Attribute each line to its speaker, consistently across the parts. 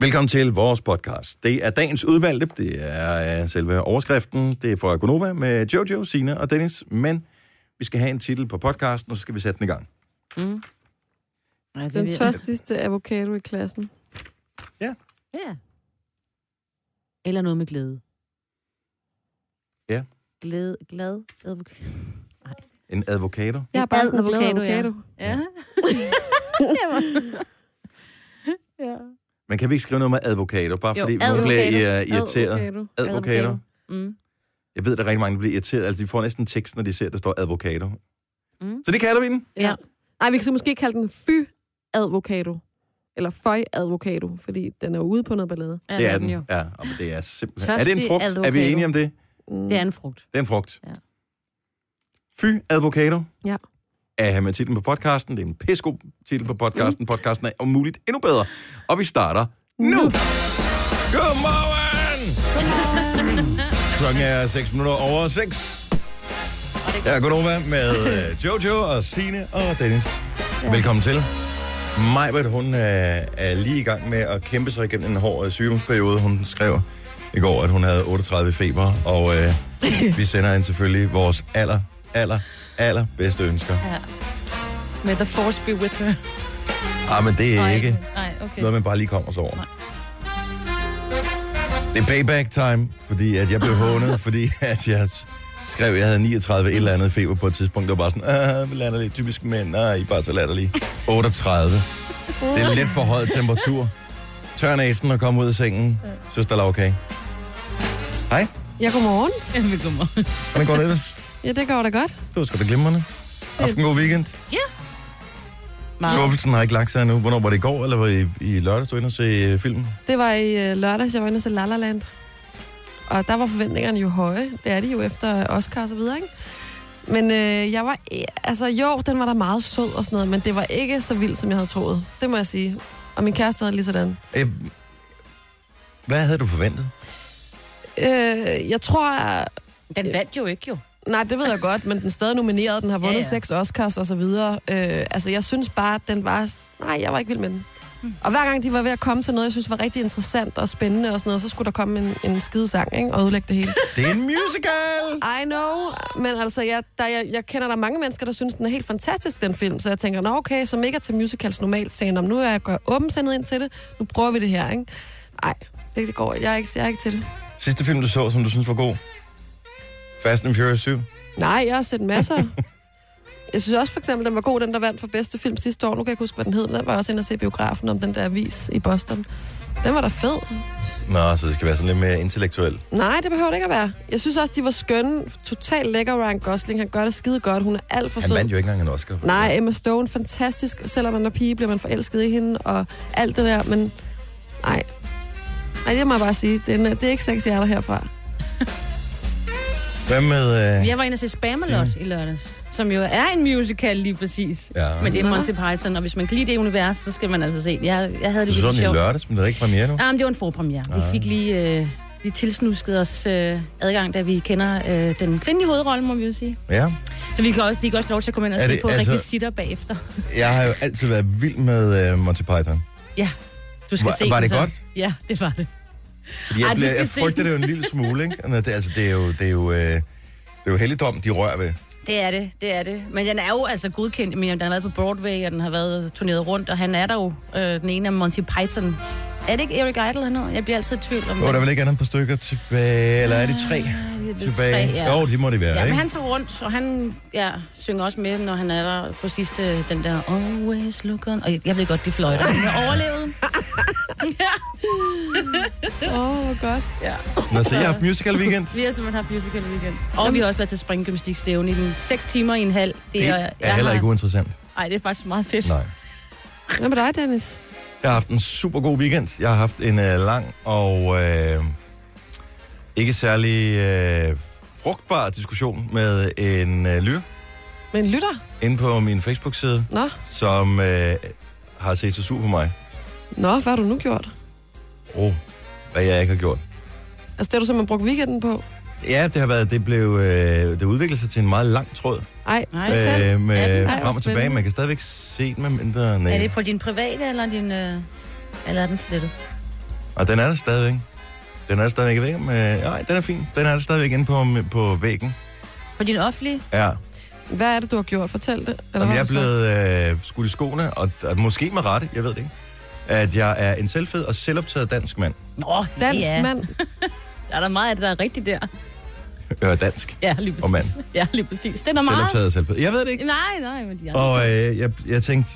Speaker 1: Velkommen til vores podcast. Det er dagens udvalgte, det er øh, selve overskriften, det er fra Gonova med Jojo, Sina og Dennis, men vi skal have en titel på podcasten, og så skal vi sætte den i gang.
Speaker 2: Mm. Ja, det
Speaker 3: Den
Speaker 2: vil-
Speaker 3: tørstigste avocado i klassen.
Speaker 2: Ja. Eller noget med glæde.
Speaker 1: Ja.
Speaker 2: Glæde, glad, advokat.
Speaker 1: En advokator.
Speaker 3: Jeg har bare
Speaker 2: Ad
Speaker 3: sådan en glad
Speaker 2: avocado, ja.
Speaker 3: avocado.
Speaker 2: Ja. ja.
Speaker 1: Men kan vi ikke skrive noget med advokator, bare
Speaker 2: Jo,
Speaker 1: fordi nogen bliver
Speaker 2: advokator.
Speaker 1: uh, irriteret?
Speaker 3: Avocado.
Speaker 1: Advokator.
Speaker 2: Mm.
Speaker 1: Jeg ved, at der er rigtig mange, der bliver irriteret. Altså, de får næsten tekst, når de ser, at der står advokator.
Speaker 2: Mm.
Speaker 1: Så det kalder vi den.
Speaker 2: Ja.
Speaker 3: Ja. Ej, vi kan så måske kalde den fy-advokado. Eller føj-advokado, fordi den er jo ude på noget ballade.
Speaker 2: Ja,
Speaker 1: det er
Speaker 2: den
Speaker 1: den.
Speaker 2: jo.
Speaker 1: Ja, og det er simpelthen.
Speaker 2: Tørstig
Speaker 1: er det en frugt? Er vi
Speaker 2: advokator.
Speaker 1: enige om det?
Speaker 3: Mm.
Speaker 2: Det er en frugt.
Speaker 1: Det er en frugt.
Speaker 2: Ja.
Speaker 1: Fy advokator.
Speaker 3: Ja.
Speaker 1: Er her med titlen på podcasten. Det er en pissegod titel på podcasten. Podcasten er om muligt endnu bedre. Og vi starter nu.
Speaker 3: Nu.
Speaker 1: Godmorgen! Klokken er 6 minutter over 6. Jeg er Godnova med øh, Jojo og Sine og Dennis. Ja. Velkommen til. Majbert, hun er, er lige i gang med at kæmpe sig igennem en hård øh, sygdomsperiode. Hun skrev i går, at hun havde 38 feber, og øh, vi sender hende selvfølgelig vores aller, aller, aller bedste ønsker.
Speaker 2: May the force be with her.
Speaker 1: Ah, men det er
Speaker 2: Nej,
Speaker 1: ikke
Speaker 2: Nej, okay.
Speaker 1: noget, man bare lige kommer sig over. Det er payback time, fordi at jeg blev hånet, fordi at jeg skrev, at jeg havde 39 et eller andet feber på et tidspunkt. Det var bare sådan, ah, latterligt, typisk mænd, nej, I er bare så latterlige. 38. Det er lidt for høj temperatur. Tør næsen og kom ud af sengen. Synes, der er okay. Hej,
Speaker 3: Ja, godmorgen.
Speaker 2: Velkommen.
Speaker 1: hvordan går det ellers?
Speaker 3: Ja, det går da godt.
Speaker 1: Det var sgu da glimrende. Aften god weekend. Skuffelsen har ikke lagt sig endnu. Hvornår var det i går, eller var det i, i lørdags, du var inde og se øh, filmen?
Speaker 3: Det var i øh, lørdags, jeg var inde og se La La Land. Og der var forventningerne jo høje. Det er de jo efter Oscar og så videre, ikke? Men øh, jeg var... eh, Altså jo, den var da meget sød og sådan noget, men det var ikke så vildt, som jeg havde troet. Det må jeg sige. Og min kæreste havde lige sådan.
Speaker 1: Øh, hvad havde du forventet?
Speaker 3: Øh, jeg tror...
Speaker 2: Den vandt jo ikke, jo.
Speaker 3: Nej, det ved jeg godt, men den er stadig nomineret. Den har vundet
Speaker 2: Ja,
Speaker 3: ja,
Speaker 2: ja.
Speaker 3: ja. seks Oscars og så videre. Øh, altså, jeg synes bare, at den var... Nej, jeg var ikke vild med den.
Speaker 2: Mm.
Speaker 3: Og hver gang de var ved at komme til noget, jeg synes var rigtig interessant og spændende og sådan noget, så skulle der komme en, en skidesang, ikke? Og ødelægge det hele.
Speaker 1: Det er en musical!
Speaker 3: I know, men altså, jeg, der, jeg, jeg kender der mange mennesker, der synes, den er helt fantastisk, den film. Så jeg tænker, nå okay, som ikke er til musicals normalt, sagde om nu er jeg gør åbensindet ind til det, nu prøver vi det her, ikke? Nej, det, det går, jeg er, ikke, jeg er ikke til det.
Speaker 1: Sidste film, du så, som du synes var god? Fast and Furious 7.
Speaker 3: Nej, jeg har set masser. jeg synes også for eksempel, den var god, den der vandt for bedste film sidste år. Nu kan jeg ikke huske, hvad den hed. men Den var jeg også inde og se i biografen om den der avis i Boston. Den var da fed.
Speaker 1: Nå, så det skal være sådan lidt mere intellektuel.
Speaker 3: Nej, det behøver det ikke at være. Jeg synes også, de var skønne. Totalt lækker Ryan Gosling. Han gør det skide godt. Hun er alt for
Speaker 1: Han
Speaker 3: sød.
Speaker 1: vandt jo ikke engang en Oscar. for
Speaker 3: Nej, Emma Stone, fantastisk. Selvom man er pige, bliver man forelsket i hende og alt det der, men nej. Nej, det må jeg bare sige. Det er, en- det er ikke seks hjerter herfra.
Speaker 1: det. Hvad med... Øh...
Speaker 2: Jeg var inde og se Spamalot i lørdags, som jo er en musical lige præcis.
Speaker 1: Ja.
Speaker 2: Men det er
Speaker 3: Nå.
Speaker 2: Monty Python, og hvis man kan lide det univers, så skal man altså se det. Jeg, jeg havde
Speaker 1: Du
Speaker 2: det virkelig
Speaker 1: så den i
Speaker 2: sjovt.
Speaker 1: lørdags, men det er ikke premiere nu.
Speaker 2: Ah, men det var en forpremiere. Vi
Speaker 1: Ah.
Speaker 2: fik lige, øh, lige tilsnusket os øh, adgang, da vi kender øh, den kvindelige hovedrolle, må vi jo sige.
Speaker 1: Ja.
Speaker 2: Så vi kan også, vi kan også lov til at komme ind og
Speaker 1: Er
Speaker 2: se
Speaker 1: det-
Speaker 2: på altså...
Speaker 1: altså-
Speaker 2: rekvisitter bagefter.
Speaker 1: Jeg har jo altid været vild med øh, Monty Python.
Speaker 2: Ja, du skal
Speaker 1: Var-
Speaker 2: se
Speaker 1: var
Speaker 2: den
Speaker 1: det
Speaker 2: så.
Speaker 1: godt?
Speaker 2: Ja, det var det.
Speaker 1: Fordi Jeg,
Speaker 2: Ej,
Speaker 1: Ej,
Speaker 2: du
Speaker 1: blev,
Speaker 2: skal
Speaker 1: jeg
Speaker 2: se
Speaker 1: frygter
Speaker 2: den.
Speaker 1: det jo en lille smule, ikke? Nå, Det, altså, det er jo... Det er jo øh, det er jo helligdom, de rører ved.
Speaker 2: Det er det, det er det. Men den er jo altså godkendt. Men den har været på Broadway, og den har været turneret rundt, og han er der jo øh, den ene af Monty Python. Er det ikke Eric Idle han hedder? Jeg bliver altid i tvivl om
Speaker 1: Nå, der er
Speaker 2: det.
Speaker 1: vel ikke andet par stykker tilbage, eller er det tre
Speaker 2: Ah, det er tre,
Speaker 1: tilbage?
Speaker 2: ja.
Speaker 1: Jo, det må det være,
Speaker 2: Ja, men
Speaker 1: ikke?
Speaker 2: han tager rundt, og han ja, synger også med, når han er der på sidste, den der Always look on. Og jeg, jeg ved godt, de fløjter. Han har overlevet. ja,
Speaker 3: Åh, oh, hvor godt.
Speaker 1: Nå, så jeg har haft musical weekend.
Speaker 2: vi har simpelthen haft musical weekend. Og vi har også været til springgymnastikstævne i den 6 timer i en halv.
Speaker 1: Det er, er heller ikke uinteressant.
Speaker 2: Nej, det er faktisk meget fedt.
Speaker 1: Nej.
Speaker 3: Hvad med dig, Dennis?
Speaker 1: Jeg har haft en super god weekend. Jeg har haft en øh, lang og øh, ikke særlig øh, frugtbar diskussion med en øh, lytter
Speaker 3: Men lytter?
Speaker 1: inde på min Facebook-side,
Speaker 3: Nå,
Speaker 1: som øh, har set sig sur på mig.
Speaker 3: nå, hvad har du nu gjort?
Speaker 1: Åh, oh, hvad jeg ikke har gjort.
Speaker 3: Altså, det har du simpelthen brugt weekenden på.
Speaker 1: Ja, det har været, det blev, øh, det udviklede sig til en meget lang tråd
Speaker 3: Ej,
Speaker 2: Nej.
Speaker 3: øh, selv.
Speaker 1: øh, med
Speaker 2: Ja, den er
Speaker 3: jo
Speaker 1: frem og tilbage.
Speaker 3: spændende.
Speaker 1: Man kan stadigvæk se den, med mindre...
Speaker 2: Er det på din private, eller din... Øh, eller er den slettet?
Speaker 1: Og den er der stadigvæk. Den er der stadigvæk. Jeg ved ikke, om, øh, nej, den er fin. Den er der stadigvæk inde på, på væggen.
Speaker 2: På din offentlige?
Speaker 1: Ja.
Speaker 3: Hvad er det, du har gjort? Fortæl det.
Speaker 1: Om
Speaker 3: hvad
Speaker 1: jeg er
Speaker 3: har du sagt?
Speaker 1: blevet øh, skudt i skoene, og, og måske med rette, jeg ved det ikke, at jeg er en selvfed og selvoptaget dansk mand.
Speaker 2: Nå,
Speaker 3: Dansk
Speaker 2: ja.
Speaker 3: mand.
Speaker 2: Der er der meget af det, der er rigtigt der.
Speaker 1: Øh, dansk.
Speaker 2: Ja, lige præcis.
Speaker 1: Og mand.
Speaker 2: Ja, lige præcis. Det er der meget.
Speaker 1: Selvoptaget og selvfed. Jeg ved det ikke.
Speaker 2: Nej, nej, men de andre.
Speaker 1: Og øh, jeg, jeg tænkte,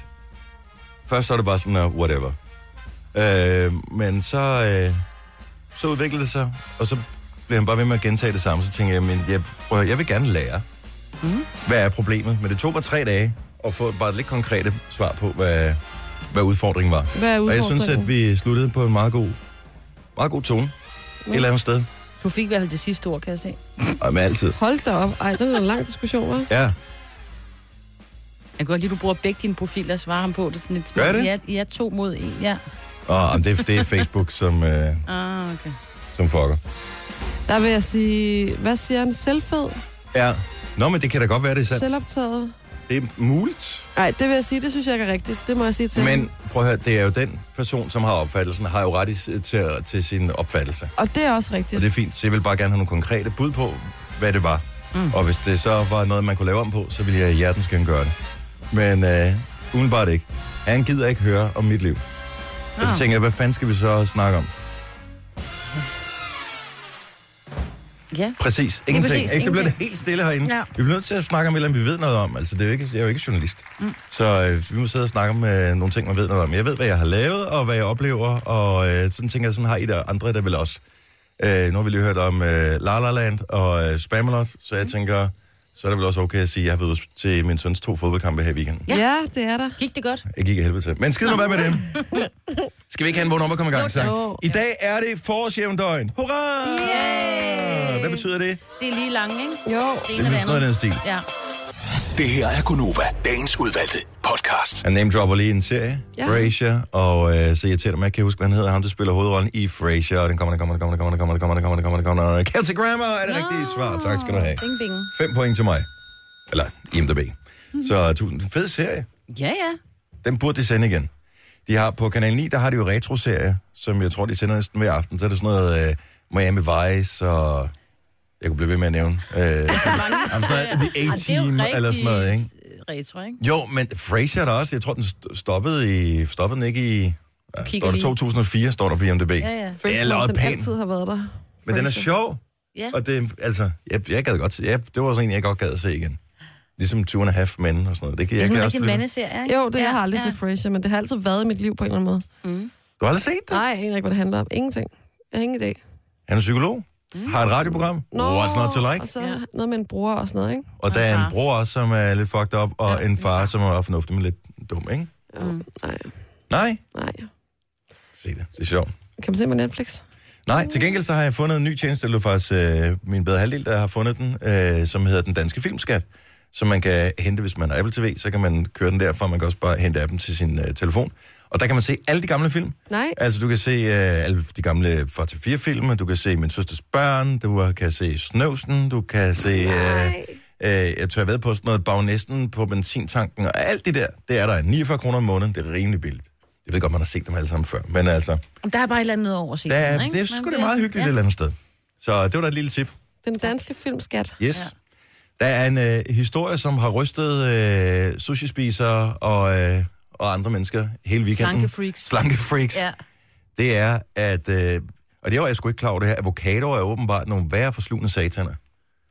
Speaker 1: først så er det bare sådan, uh, whatever. Øh, men så, øh, så udviklede det sig, og så blev han bare ved med at gentage det samme. Så tænkte jeg, men jeg, prøv, at høre, jeg vil gerne lære.
Speaker 2: Mhm.
Speaker 1: Mm. Hvad er problemet? Men det tog mig tre dage at få bare et lidt konkrete svar på, hvad, hvad udfordringen var.
Speaker 3: Hvad
Speaker 1: Og jeg
Speaker 3: er udfordringen?
Speaker 1: synes, at vi sluttede på en meget god, meget god tone. Et eller andet sted.
Speaker 2: Du fik i hvert fald det sidste ord, kan jeg se.
Speaker 1: Og med altid.
Speaker 3: Hold da op. Ej, det er en lang diskussion, hva'?
Speaker 1: Ja,
Speaker 2: Jeg kan godt lide, at du bruger begge dine profiler og svarer ham på. Det er sådan lidt
Speaker 1: Gør jeg det?
Speaker 2: Ja, ja, to mod en, ja.
Speaker 1: og om det, det er Facebook, som, øh,
Speaker 2: Ah, okay.
Speaker 1: som fucker.
Speaker 3: Der vil jeg sige... Hvad siger han? Selvfed?
Speaker 1: Ja. Nå, men det kan da godt være, det er sandt.
Speaker 3: Selvoptaget?
Speaker 1: Det er muligt.
Speaker 3: Nej, det vil jeg sige, det synes jeg ikke er rigtigt. Det må jeg sige til ham.
Speaker 1: Men prøv at høre, det er jo den person, som har opfattelsen, har jo ret i, s- til, til sin opfattelse.
Speaker 3: Og det er også rigtigt.
Speaker 1: Og det er fint, så jeg vil bare gerne have nogle konkrete bud på, hvad det var.
Speaker 2: Mm.
Speaker 1: Mm. Og hvis det så var noget, man kunne lave om på, så ville jeg hjertens gerne gøre det. Men øh, umiddelbart ikke. Han gider ikke høre om mit liv. Og så
Speaker 2: Ah.
Speaker 1: tænker jeg, hvad fanden skal vi så snakke om?
Speaker 2: Ja.
Speaker 1: Præcis. Ingenting.
Speaker 2: præcis,
Speaker 1: Præcis, ikke? Så bliver det helt stille herinde.
Speaker 2: Ja.
Speaker 1: Ja. Vi bliver nødt til at snakke om et eller andet, vi ved noget om. Altså, det er jo ikke, jeg er jo ikke journalist. Mm. Så øh, vi må sidde og snakke om øh, nogle ting, man ved noget om. Jeg ved, hvad jeg har lavet, og hvad jeg oplever, og øh, sådan tænker jeg, sådan har I der andre, der vil også. Øh, nu har vi lige hørt om øh, La La Land og øh, Spamalot, så jeg tænker, så er det vel også okay at sige, at jeg har været ude til min søns to fodboldkampe her i weekenden.
Speaker 3: Ja. ja, det er der.
Speaker 2: Gik det godt?
Speaker 1: Jeg gik af helvede til. Men skid nu være med dem. Skal vi ikke have en vågen om at komme i gang, sang?
Speaker 3: Jo.
Speaker 1: I dag er det forårsjævndøgn. Hurra!
Speaker 2: Yay!
Speaker 1: Hvad betyder det?
Speaker 2: Det er lige lange, ikke?
Speaker 3: Jo.
Speaker 2: Det
Speaker 1: Det er sådan noget i den stil.
Speaker 2: Ja.
Speaker 4: Det her er Gonova, dagens udvalgte podcast.
Speaker 1: Han name dropper lige en serie,
Speaker 3: Ja.
Speaker 1: ja. Frasier, og øh, så irriterer det mig, jeg kan ikke huske, hvad han hedder, ham der spiller hovedrollen i Frasier, og den kommer, den kommer, den kommer, den kommer, den kommer, den kommer, den kommer, den kommer, den kommer, den kommer. Kelsey Grammer er det rigtige svar. Tak skal du have.
Speaker 2: Bing, bing.
Speaker 1: Fem point til mig. Eller IMDb. Så tusind. Fed serie.
Speaker 2: Ja, ja.
Speaker 1: Den burde de sende igen. De har på Kanal 9, der har de jo retroserier, som jeg tror, de sender næsten hver aften. Så er det sådan noget øh, Miami Vice, og jeg kunne blive ved med at nævne. Øh,
Speaker 2: Mange
Speaker 1: altså, The A-Team, eller sådan noget, ikke?
Speaker 2: Retro, ikke?
Speaker 1: Jo, men Frasier er der også. Jeg tror, den st- stoppede, i, stoppede den ikke i... Ja,
Speaker 2: kigger
Speaker 1: står der
Speaker 2: lige.
Speaker 1: 2004, står der på IMDb.
Speaker 2: Ja, ja.
Speaker 1: Det er allerede
Speaker 3: den
Speaker 1: pæn,
Speaker 3: altid har været der.
Speaker 1: men den er
Speaker 3: Frasier.
Speaker 1: sjov.
Speaker 2: Ja.
Speaker 1: Og det, altså, jeg, jeg gad godt se. Jeg, det var sådan en, jeg godt gad at se igen. Ligesom 20 and a half men og sådan noget. Det, kan,
Speaker 2: Det er sådan
Speaker 1: jeg kan
Speaker 2: en
Speaker 1: også
Speaker 2: rigtig
Speaker 1: blive...
Speaker 2: mandeserie, ikke?
Speaker 3: Jo, det ja, jeg har aldrig ja.
Speaker 2: ja. Mm.
Speaker 3: set Frasier, men det har altid været i mit liv på en eller anden måde.
Speaker 1: Du har aldrig set det?
Speaker 3: Nej, jeg aner ikke, hvad det handler om. Ingenting. Jeg har ingen idé.
Speaker 1: Han er psykolog. Mm. Har et radioprogram. What's not to like?
Speaker 3: Og så
Speaker 2: Ja.
Speaker 3: noget med en bror og sådan noget, ikke?
Speaker 1: Og der er
Speaker 2: Aha.
Speaker 1: en bror også, som er lidt fucked up, og ja. en far, som er fornuftig, men lidt dum, ikke?
Speaker 3: Jo, Nej,
Speaker 1: Nej,
Speaker 3: nej.
Speaker 1: se det. Det er sjovt.
Speaker 3: Kan man se på Netflix?
Speaker 1: Nej, til gengæld så har jeg fundet en ny tjeneste, eller faktisk øh, min bedre halvdel, der har fundet den, øh, som hedder Den Danske Filmskat, som man kan hente, hvis man har Apple TV, så kan man køre den derfra, man kan også bare hente appen til sin øh, telefon. Og der kan man se alle de gamle film.
Speaker 3: Nej.
Speaker 1: Altså, du kan se øh, alle de gamle 44 film, du kan se Min Søsters Børn, du kan se Snøvsen, du kan se... Øh, øh, jeg tør ved på sådan noget bagnæsten på benzintanken, og alt det der, det er der 49 kroner om måneden, det er rimelig billigt. Jeg ved godt, man har set dem alle sammen før, men altså,
Speaker 2: Der er bare et eller andet over sig.
Speaker 1: der, er- det er sgu da meget hyggeligt ja. et eller andet sted. Så det var da et lille tip.
Speaker 3: Den danske filmskat.
Speaker 1: Yes. Ja. Der er en øh, historie, som har rystet øh, sushi-spisere og, øh, og andre mennesker hele weekenden.
Speaker 2: Slankefreaks.
Speaker 1: Slankefreaks.
Speaker 2: Ja.
Speaker 1: Ja. Det er, at... Øh, og det var jeg sgu ikke klar over det her. Avocadoer er åbenbart nogle værre forslugende sataner.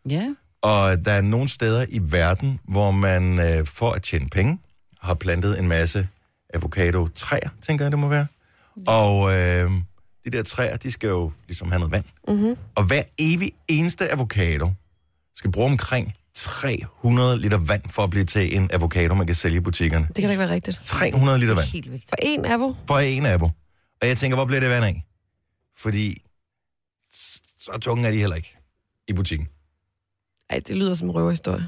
Speaker 2: Ja.
Speaker 1: Og der er nogle steder i verden, hvor man øh, for at tjene penge, har plantet en masse avocado-træer, tænker jeg, det må være. Og øh, de der træer, de skal jo ligesom have noget vand. Mm-hmm. Og hver evig eneste avocado skal bruge omkring 300 liter vand for at blive til en avocado, man kan sælge i butikkerne.
Speaker 3: Det kan da ikke være rigtigt.
Speaker 1: 300 liter vand
Speaker 2: Helt vildt.
Speaker 3: For en abo.
Speaker 1: for en abo. Og jeg tænker, hvor bliver det vand af? Fordi s- så tunge er de heller ikke i butikken.
Speaker 3: Ej, det lyder som en røverhistorie.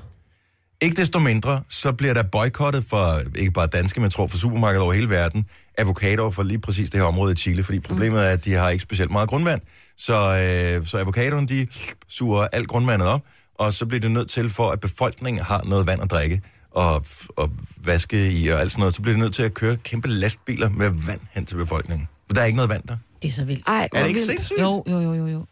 Speaker 1: Ikke desto mindre, så bliver der boykottet for, ikke bare danske, men jeg tror for supermarkeder over hele verden, avocadoer for lige præcis det her område i Chile, fordi problemet er, at de har ikke specielt meget grundvand, så, øh, så avocadoen, de suger alt grundvandet op, og så bliver det nødt til, for at befolkningen har noget vand at drikke og, og vaske i og alt sådan noget, så bliver det nødt til at køre kæmpe lastbiler med vand hen til befolkningen. For der er ikke noget vand der.
Speaker 2: Det er så vildt.
Speaker 3: Ej,
Speaker 1: Er
Speaker 3: hvor
Speaker 1: det ikke
Speaker 3: vildt.
Speaker 1: sindssygt?
Speaker 2: Jo, jo, jo, jo, jo.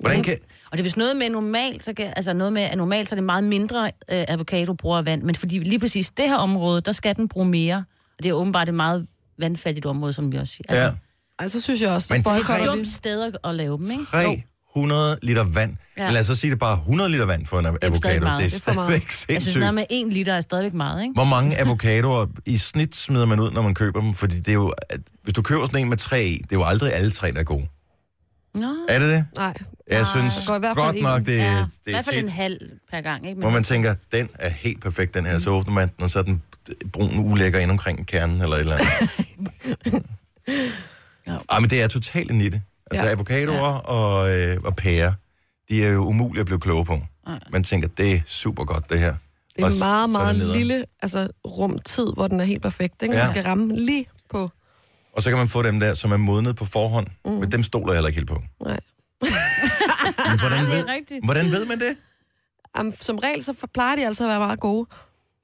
Speaker 1: Hvordan kan...
Speaker 2: Og det er hvis noget med normalt, så kan, altså noget med, at normalt så er det meget mindre øh, avocado bruger af vand, men fordi lige præcis det her område, der skal den bruge mere. Og det er åbenbart et meget vandfattigt område, som vi også siger.
Speaker 3: Altså,
Speaker 1: Ja,
Speaker 3: Ej, så synes jeg også,
Speaker 1: Men
Speaker 3: at
Speaker 2: det er et
Speaker 3: boykotter
Speaker 2: dumt sted at lave dem, ikke?
Speaker 1: 300 liter vand. Ja.
Speaker 2: Ja.
Speaker 1: Lad os så sige det bare 100 liter vand for en
Speaker 2: stadig
Speaker 1: avocado.
Speaker 2: meget.
Speaker 1: Det er
Speaker 2: Det
Speaker 3: er for meget.
Speaker 1: stadigvæk
Speaker 2: Jeg synes,
Speaker 1: sindssygt.
Speaker 2: noget med en liter er stadigvæk meget, ikke?
Speaker 1: Hvor mange avocadoer i snit smider man ud, når man køber dem? Fordi det er jo, at hvis du køber sådan en med tre i, det er jo aldrig alle tre, der er gode.
Speaker 2: Nå.
Speaker 1: Er det det?
Speaker 3: Nej,
Speaker 1: Jeg synes
Speaker 3: går i hvert fald
Speaker 1: godt
Speaker 3: en.
Speaker 1: nok, det,
Speaker 2: Ja, i
Speaker 1: ja. det er
Speaker 2: hvert fald en
Speaker 1: tit,
Speaker 2: halv per gang, ikke? Men,
Speaker 1: hvor man tænker, den er helt perfekt, den her. Så åbner man den, og så er den brun ulækker ind omkring kernen eller et eller andet.
Speaker 2: Ja.
Speaker 1: Ej, men det er totalt en nitte. Altså ja.
Speaker 3: Ja.
Speaker 1: avocadoer og, øh, og pærer, de er jo umulige at blive kloge på. Man tænker, det er super godt, det her.
Speaker 3: det er
Speaker 1: Og
Speaker 3: en
Speaker 1: s-
Speaker 3: meget,
Speaker 1: så er det
Speaker 3: meget
Speaker 1: nederen.
Speaker 3: lille altså, rumtid, hvor den er helt perfekt. Den
Speaker 1: Ja.
Speaker 3: ja. skal ramme lige på.
Speaker 1: Og så kan man få dem der, som er modnet på forhånd. Mm. Men dem stoler jeg heller ikke helt på.
Speaker 3: Nej.
Speaker 1: Men hvordan,
Speaker 2: det er
Speaker 1: ved,
Speaker 2: rigtigt.
Speaker 1: hvordan ved man det?
Speaker 3: Jamen, som regel, så plejer de altså at være meget gode.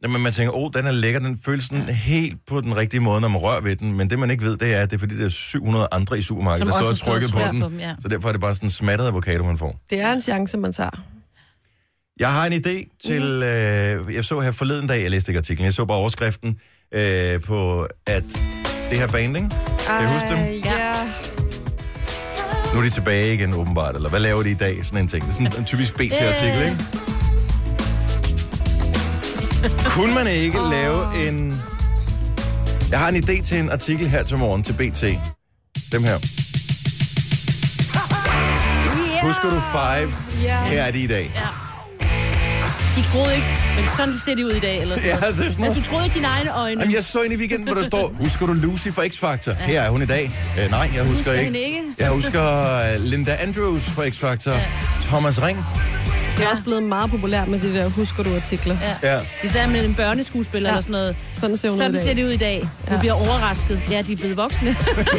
Speaker 1: Jamen, man tænker, åh, oh, den er lækker, den føles sådan helt på den rigtige måde, når man rører ved den. Men det, man ikke ved, det er, at det er fordi, der er 700 andre i supermarkedet,
Speaker 2: Som
Speaker 1: der står og
Speaker 2: også har stået
Speaker 1: trykker
Speaker 2: og smørt
Speaker 1: på den.
Speaker 2: på dem, ja.
Speaker 1: Så derfor er det bare sådan en smattet avocado, man får.
Speaker 3: Det er en chance, man tager.
Speaker 1: Jeg har en idé til...
Speaker 2: Mhm.
Speaker 1: Øh, jeg så her forleden dag, jeg læste ikke artiklen, jeg så bare overskriften øh, på, at det her band, ikke? Kan I huske dem?
Speaker 3: Ej, ja.
Speaker 1: Nu er de tilbage igen, åbenbart. Eller hvad laver de i dag? Sådan en ting. Det er sådan en typisk
Speaker 2: Øh.
Speaker 1: BT-artikel, ikke? Kunne man ikke lave en... Jeg har en idé til en artikel her til morgen til BT. Dem her. Husker du Five?
Speaker 3: Ja.
Speaker 1: Her er de i dag.
Speaker 2: Du troede ikke, men sådan ser de ud i dag, eller sådan
Speaker 1: Ja,
Speaker 2: noget.
Speaker 1: det er sådan
Speaker 2: Men
Speaker 1: noget.
Speaker 2: du troede ikke dine egne øjne.
Speaker 1: Jamen, jeg så en i weekenden, hvor der står, husker du Lucy fra X-Factor? Her er hun i dag. Øh, nej, jeg husker,
Speaker 2: Husker
Speaker 1: ikke.
Speaker 2: hende ikke.
Speaker 1: Jeg husker øh, Linda Andrews fra X-Factor. Thomas Ring.
Speaker 3: Det er også blevet meget populært med de der husker du artikler. Ja.
Speaker 1: Ja.
Speaker 2: Især med en børneskuespiller ja.
Speaker 3: Ja.
Speaker 2: eller sådan noget.
Speaker 3: Sådan ser hun ud i
Speaker 2: Sådan
Speaker 3: dag.
Speaker 2: ser det ud i dag. Ja. Du bliver overrasket. Ja, de er blevet voksne.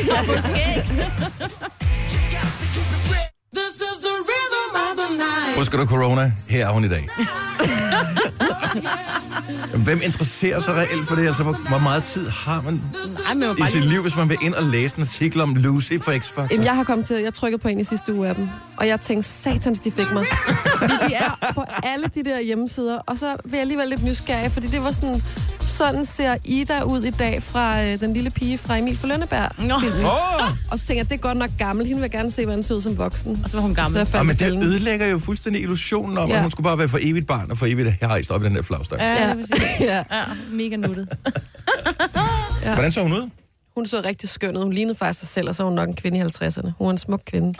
Speaker 2: Jeg har fået skæg.
Speaker 1: Husker du corona? Her er hun i dag. Jamen, Hvem interesserer sig reelt for det? Altså, hvor, hvor meget tid har man
Speaker 2: Ej, men jeg var
Speaker 1: i
Speaker 2: bare
Speaker 1: sit
Speaker 2: lige...
Speaker 1: liv, hvis man vil ind og læse en artikel om Lucy fra X-Factor?
Speaker 3: Jamen, jeg har kommet til, jeg trykkede på en i sidste uge af dem, og jeg tænkte, satans, de fik mig. Fordi de er på alle de der hjemmesider, og så blev jeg alligevel lidt nysgerrig, fordi det var sådan, sådan ser Ida ud i dag fra øh, den lille pige fra Emil for Lønneberg.
Speaker 2: Nå,
Speaker 1: Åh!
Speaker 3: Og så tænkte jeg, det er godt nok gammel, hende vil jeg gerne se, hvordan ser ud som voksen.
Speaker 2: og så var hun gammel. Ah,
Speaker 3: Så jeg
Speaker 1: Oh, men
Speaker 3: fandt
Speaker 1: det
Speaker 3: filmen.
Speaker 1: ødelægger jo fuldstændig illusionen om, ja.
Speaker 3: Ja.
Speaker 1: at hun skulle bare være for evigt barn og for evigt hejst op i den der flagstang. Ja.
Speaker 2: Ja,
Speaker 3: Ja.
Speaker 2: det vil sige.
Speaker 3: ja.
Speaker 2: Ja, mega nuttet.
Speaker 1: Hvordan så hun ud?
Speaker 3: Hun så rigtig skøn ud. Hun lignede faktisk sig selv, og så var hun nok en kvinde i 50'erne. Hun var en smuk kvinde.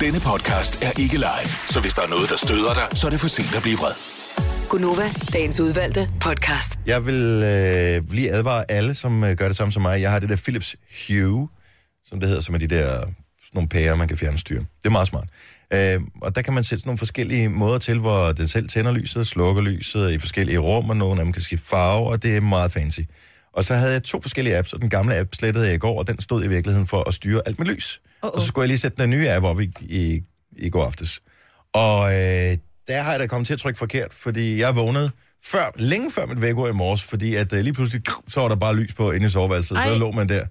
Speaker 4: Denne podcast er ikke live, så hvis der er noget, der støder dig, så er det for sent at blive vred.
Speaker 5: Gunova, dagens udvalgte podcast.
Speaker 1: Jeg vil øh, lige advare alle, som øh, gør det samme som mig. Jeg har det der Philips Hue, som det hedder, som er de der sådan nogle pærer, man kan fjernstyre. Det er meget smart. Øh, og der kan man sætte sådan nogle forskellige måder til, hvor den selv tænder lyset, slukker lyset i forskellige rum, og nogle af dem kan skifte farve, og det er meget fancy. Og så havde jeg to forskellige apps, og den gamle app slettede jeg i går, og den stod i virkeligheden for at styre alt med lys. Uh-oh. Og så skulle jeg lige sætte den nye app op i, i, i går aftes. Og øh, der har jeg da kommet til at trykke forkert, fordi jeg vågnede før, længe før mit vækord i morges, fordi at øh, lige pludselig, så var der bare lys på inde i soveværelset, så
Speaker 2: Ej.
Speaker 1: lå man der.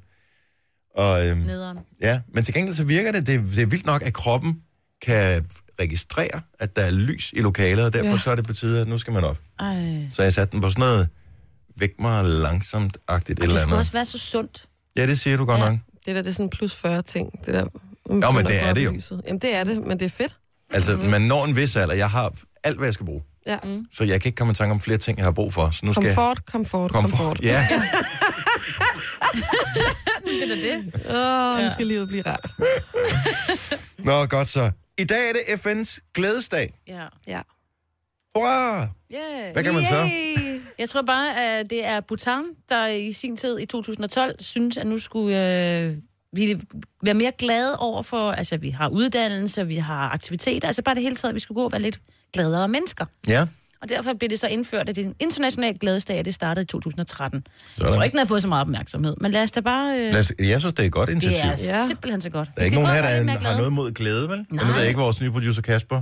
Speaker 1: Og, øh,
Speaker 2: Nederen.
Speaker 1: ja, men til gengæld så virker det, det, det er vildt nok, at kroppen kan registrere, at der er lys i lokalet, og derfor ja.
Speaker 3: Ja.
Speaker 1: så er det på tide, at nu skal man op.
Speaker 2: Ej.
Speaker 1: Så jeg satte den på sådan noget, væk mig langsomt-agtigt et
Speaker 2: Det
Speaker 1: eller
Speaker 2: skulle
Speaker 1: andet.
Speaker 2: også være så sundt.
Speaker 1: Ja, det siger du godt ja.
Speaker 2: Ja.
Speaker 1: nok.
Speaker 3: Det der, det er sådan plus 40 ting. Det der,
Speaker 1: Nå, men det er det jo.
Speaker 3: Jamen, det er det, men det er fedt.
Speaker 1: Altså, man når en vis alder. Jeg har alt, hvad jeg skal bruge.
Speaker 3: Ja. Mm.
Speaker 1: Så jeg kan ikke komme i tanke om flere ting, jeg har brug for. Så nu skal jeg...
Speaker 3: Komfort, komfort, komfort. komfort.
Speaker 1: Ja,
Speaker 2: Det er det.
Speaker 3: Åh, oh, nu skal livet blive rart.
Speaker 1: Nå, godt så. I dag er det FN's glædesdag.
Speaker 2: Ja.
Speaker 3: Ja.
Speaker 1: Hurra!
Speaker 2: Yeah.
Speaker 1: Hvad kan man så?
Speaker 2: Jeg tror bare, at det er Bhutan, der i sin tid i 2012 synes, at nu skulle øh, vi være mere glade over for, altså vi har uddannelse, vi har aktiviteter, altså bare det hele taget, at vi skulle gå og være lidt gladere mennesker.
Speaker 1: Ja.
Speaker 2: Og derfor blev det så indført, at det er en international glædesdag, og det startede i 2013. Jeg
Speaker 1: Sådan.
Speaker 2: tror ikke, den har fået så meget opmærksomhed, men lad os da bare... Øh,
Speaker 1: Lad os, jeg synes, det er et godt initiativ.
Speaker 2: det er
Speaker 1: Der
Speaker 3: Ja.
Speaker 2: simpelthen så godt. Der
Speaker 1: er ikke nogen her, der har noget mod glæde, vel? Men nu ved
Speaker 2: Nej.
Speaker 1: jeg ikke vores nye producer Kasper.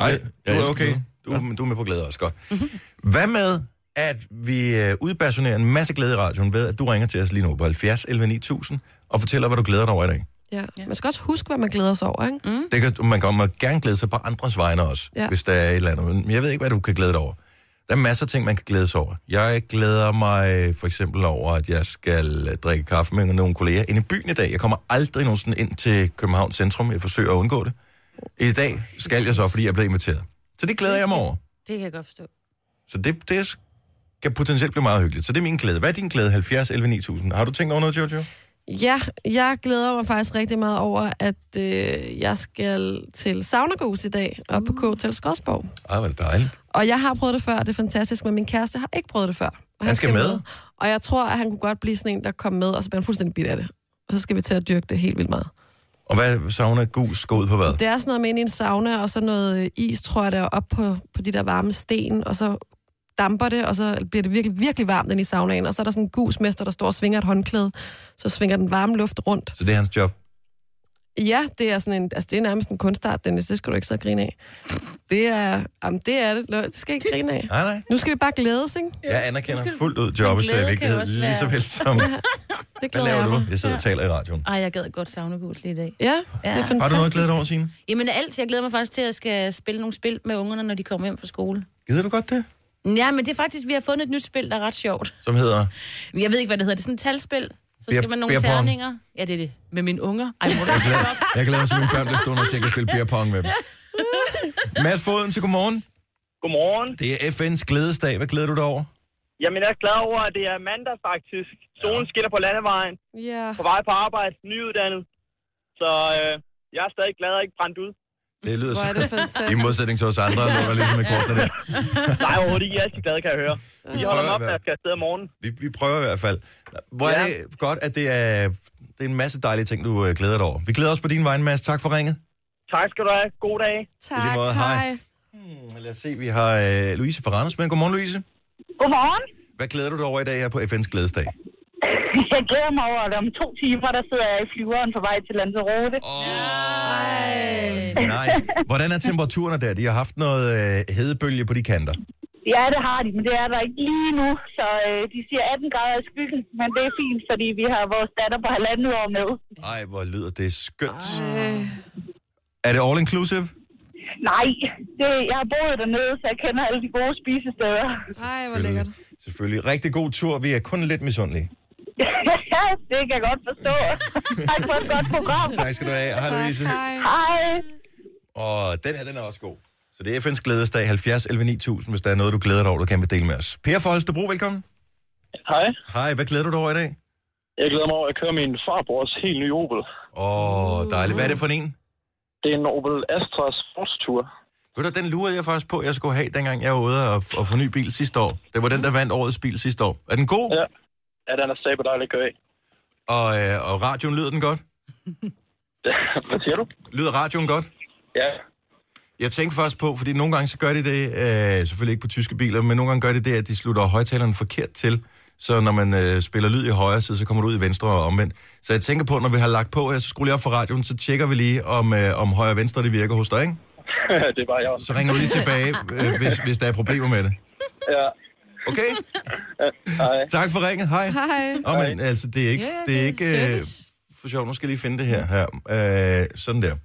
Speaker 6: Nej,
Speaker 1: Du er okay. Du, er- du er med på glæde også, godt.
Speaker 2: Mhm.
Speaker 1: Hvad med, at vi øh, udbasunerer en masse glæde i radioen ved, at du ringer til os lige nu på 70 11 9000 og fortæller, hvad du glæder dig over i dag?
Speaker 3: Ja. Man skal også huske, hvad man glæder sig over, ikke?
Speaker 2: Mm.
Speaker 1: Det kan, man kan man må gerne glæde sig på andres vegne også, ja.
Speaker 3: Ja.
Speaker 1: hvis der er et eller andet. Men jeg ved ikke, hvad du kan glæde dig over. Der er masser af ting, man kan glæde sig over. Jeg glæder mig øh, for eksempel over, at jeg skal øh, drikke kaffe med nogle kolleger inde i byen i dag. Jeg kommer aldrig nogensinde ind til København Centrum. Jeg forsøger at undgå det. I dag skal jeg så, fordi jeg blev inviteret. Så det glæder jeg mig over.
Speaker 2: Det kan jeg godt forstå.
Speaker 1: Så det, det kan potentielt blive meget hyggeligt. Så det er min glæde. Hvad er din glæde? 70, 11, 9000. Har du tænkt over noget, Jojo?
Speaker 3: Ja, jeg glæder mig faktisk rigtig meget over, at øh, jeg skal til Saunagos i dag, og på
Speaker 2: Mm.
Speaker 3: K-Hotel Skodsborg.
Speaker 1: Ej, hvor er det dejligt.
Speaker 3: Og jeg har prøvet det før, og det er fantastisk, men min kæreste har ikke prøvet det før. Og
Speaker 1: Han skal med.
Speaker 3: Og jeg tror, at han kunne godt blive sådan en, der kom med, og så bliver han fuldstændig bit af det. Og så skal vi til at dyrke det helt vildt meget.
Speaker 1: Og hvad savner gus gå ud på hvad?
Speaker 3: Det er sådan noget med ind i en sauna, og så noget øh, is, tror jeg, der er op på, på de der varme sten, og så damper det, og så bliver det virkelig, virkelig varmt inde i saunaen. Og så er der sådan en gusmester, der står og svinger et håndklæde, så svinger den varme luft rundt.
Speaker 1: Så det er hans job.
Speaker 3: Ja, det er, sådan en, altså det er nærmest en kunstart, Dennis. Det skal du ikke så grine af. Det er, jamen det er det. Det skal jeg ikke grine af.
Speaker 1: Nej, nej.
Speaker 3: Nu skal vi bare glædes, ikke?
Speaker 1: Jeg anerkender fuldt ud jobbets
Speaker 2: Men glæde kan jo
Speaker 1: vigtighed,
Speaker 2: også
Speaker 1: lige
Speaker 2: være-
Speaker 1: så vel som...
Speaker 3: Det
Speaker 1: Hvad
Speaker 3: glæder
Speaker 1: laver
Speaker 3: jeg
Speaker 1: du?
Speaker 3: mig.
Speaker 1: Jeg sidder og taler i radioen.
Speaker 2: Ej, jeg gad godt savne Guds lige i dag.
Speaker 3: Ja, det er
Speaker 2: Har du
Speaker 1: Har
Speaker 3: fantastisk.
Speaker 1: du noget at glæde dig over, Signe?
Speaker 2: Jamen alt, jeg glæder mig faktisk til at jeg skal spille nogle spil med ungerne, når de kommer hjem fra skole.
Speaker 1: Gider du godt det?
Speaker 2: Ja, men det er faktisk, vi har fundet et nyt spil, der er ret sjovt.
Speaker 1: Som hedder...
Speaker 2: Jeg ved ikke, hvad det hedder. Det er sådan et talspil. Så
Speaker 1: Beer-
Speaker 2: skal man nogle
Speaker 1: beer pong.
Speaker 2: terninger. Ja, det er det. Med mine unger. Ej, må du ikke stoppe?
Speaker 1: Jeg glæder mig til, at mine børn bliver stående og tænke at spille beer pong med dem. Mads Foden til godmorgen.
Speaker 6: Godmorgen.
Speaker 1: Det er FN's glædesdag. Hvad glæder du dig over?
Speaker 6: Jamen, jeg er glad over, at det er mandag faktisk. Solen skinner på landevejen,
Speaker 3: Ja,
Speaker 6: på vej på arbejde, nyuddannet. Så øh, jeg er stadig glad og ikke brændt ud.
Speaker 1: Det lyder
Speaker 3: hvor er
Speaker 1: så...
Speaker 3: det
Speaker 1: I
Speaker 3: fantastisk.
Speaker 1: modsætning til os andre, der lukker ligesom med kortene der.
Speaker 6: Nej, overhovedet ikke. Jeg er altid glad, kan jeg høre.
Speaker 1: Vi
Speaker 6: Jeg holder mig
Speaker 1: prøver,
Speaker 6: op, når jeg skal afsted om morgenen.
Speaker 1: vi, vi prøver i hvert fald. Hvor er
Speaker 6: Ja.
Speaker 1: det godt, at det er, det er en masse dejlige ting, du øh, glæder dig over. Vi glæder os på din vegne, Mads. Tak for ringet.
Speaker 6: Tak skal du have. God dag.
Speaker 1: I lige
Speaker 3: Tak,
Speaker 1: måde. Hej.
Speaker 3: hej.
Speaker 1: Lad os se, vi har øh, Louise fra Randers med. Godmorgen, Louise.
Speaker 7: Godmorgen.
Speaker 1: Hvad glæder du dig over i dag her på FN's glædesdag?
Speaker 7: Jeg glæder mig over, at om to timer, der sidder jeg i flyveren på vej til Lanzarote.
Speaker 1: Oh, nice. Hvordan er temperaturen der? De har haft noget øh, hedebølge på de kanter.
Speaker 7: Ja, det har de, men det er der ikke lige nu. Så øh, de siger 18 grader i skyggen, men det er fint, fordi vi har vores datter på halvandet år med.
Speaker 1: Ej, hvor lyder det skønt.
Speaker 3: Øh,
Speaker 1: Er det all inclusive?
Speaker 7: Nej, det, jeg har boet dernede, så jeg kender alle de gode spisesteder.
Speaker 3: Ej, hvor lækkert.
Speaker 1: Selvfølgelig. Rigtig god tur. Vi er kun lidt misundelige.
Speaker 7: det kan jeg godt forstå. tak for et godt program.
Speaker 1: Tak skal du have. Hej, Louise.
Speaker 3: Hej.
Speaker 7: Hej.
Speaker 1: Og den her, den er også god. Så det er FN's glædesdag 70 11 9000. Hvis der er noget, du glæder dig over, du kan vi dele med os. Per for Holstebro, velkommen.
Speaker 6: Hej.
Speaker 1: Hej, hvad glæder du dig over i dag?
Speaker 6: Jeg glæder mig over, at jeg kører min farbrors helt nye Opel.
Speaker 1: Åh, oh, dejligt. Hvad er det for en?
Speaker 6: Det er en Opel Astra Sportstur.
Speaker 1: Ved du, den lurede jeg faktisk på, jeg skulle have, dengang jeg var ude og, og få ny bil sidste år. Det var den, der vandt årets bil sidste år. Er den god?
Speaker 6: Ja. Ja, den er stabil dejlig at køre i.
Speaker 1: Og, øh, og radioen lyder den godt?
Speaker 6: Hvad siger du?
Speaker 1: Lyder radioen godt?
Speaker 6: Ja.
Speaker 1: Jeg tænkte først på, fordi nogle gange så gør de det, øh, selvfølgelig ikke på tyske biler, men nogle gange gør de det, at de slutter højtaleren forkert til. Så når man øh, spiller lyd i højre side, så kommer du ud i venstre og omvendt. Så jeg tænker på, når vi har lagt på, her, så skruer jeg op for radioen, så tjekker vi lige, om, øh, om højre og venstre det virker hos dig, ikke?
Speaker 6: det er bare jeg.
Speaker 1: Så ringer du lige tilbage, øh, hvis, hvis der er problemer med det.
Speaker 6: Ja.
Speaker 1: Okay?
Speaker 6: Hej.
Speaker 1: Tak for ringet. Hej.
Speaker 3: Hej.
Speaker 1: Åh, men altså, det er ikke...
Speaker 2: Ja,
Speaker 1: det er
Speaker 2: det er
Speaker 1: ikke øh,
Speaker 2: service.
Speaker 1: for sjovt, nu skal jeg lige finde det her. her. Øh, sådan der.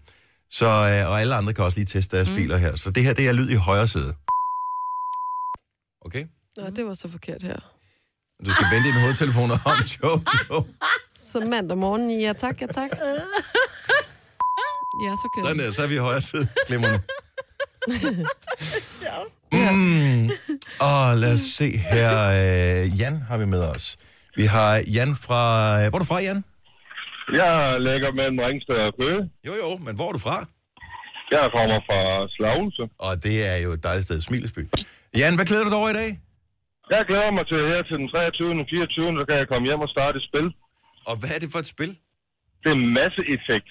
Speaker 1: Så, øh, og alle andre kan også lige teste deres mm. biler her. Så det her, det er lyd i højre side. Okay?
Speaker 3: Nå, det var så forkert her.
Speaker 1: Du skal vende dine hovedtelefoner om, Jojo.
Speaker 3: Så mandag morgen, ja tak, ja tak. Ja, så kører
Speaker 1: Sådan
Speaker 3: vi.
Speaker 1: der, så er vi i højre side. Glimrende. Mm. Og lad os se her. Øh, Jan har vi med os. Vi har Jan fra... øh, Hvor er du fra, Jan?
Speaker 8: Jeg ligger mellem Ringsted og Køge.
Speaker 1: Jo, jo, men hvor er du fra?
Speaker 8: Jeg kommer fra Slagelse.
Speaker 1: Og det er jo et dejligt sted, Smilesby. Jan, hvad glæder du dig over i dag?
Speaker 8: Jeg glæder mig til her til den 23. og 24. Så kan jeg komme hjem og starte et spil.
Speaker 1: Og hvad er det for et spil?
Speaker 8: Det er masse effekt.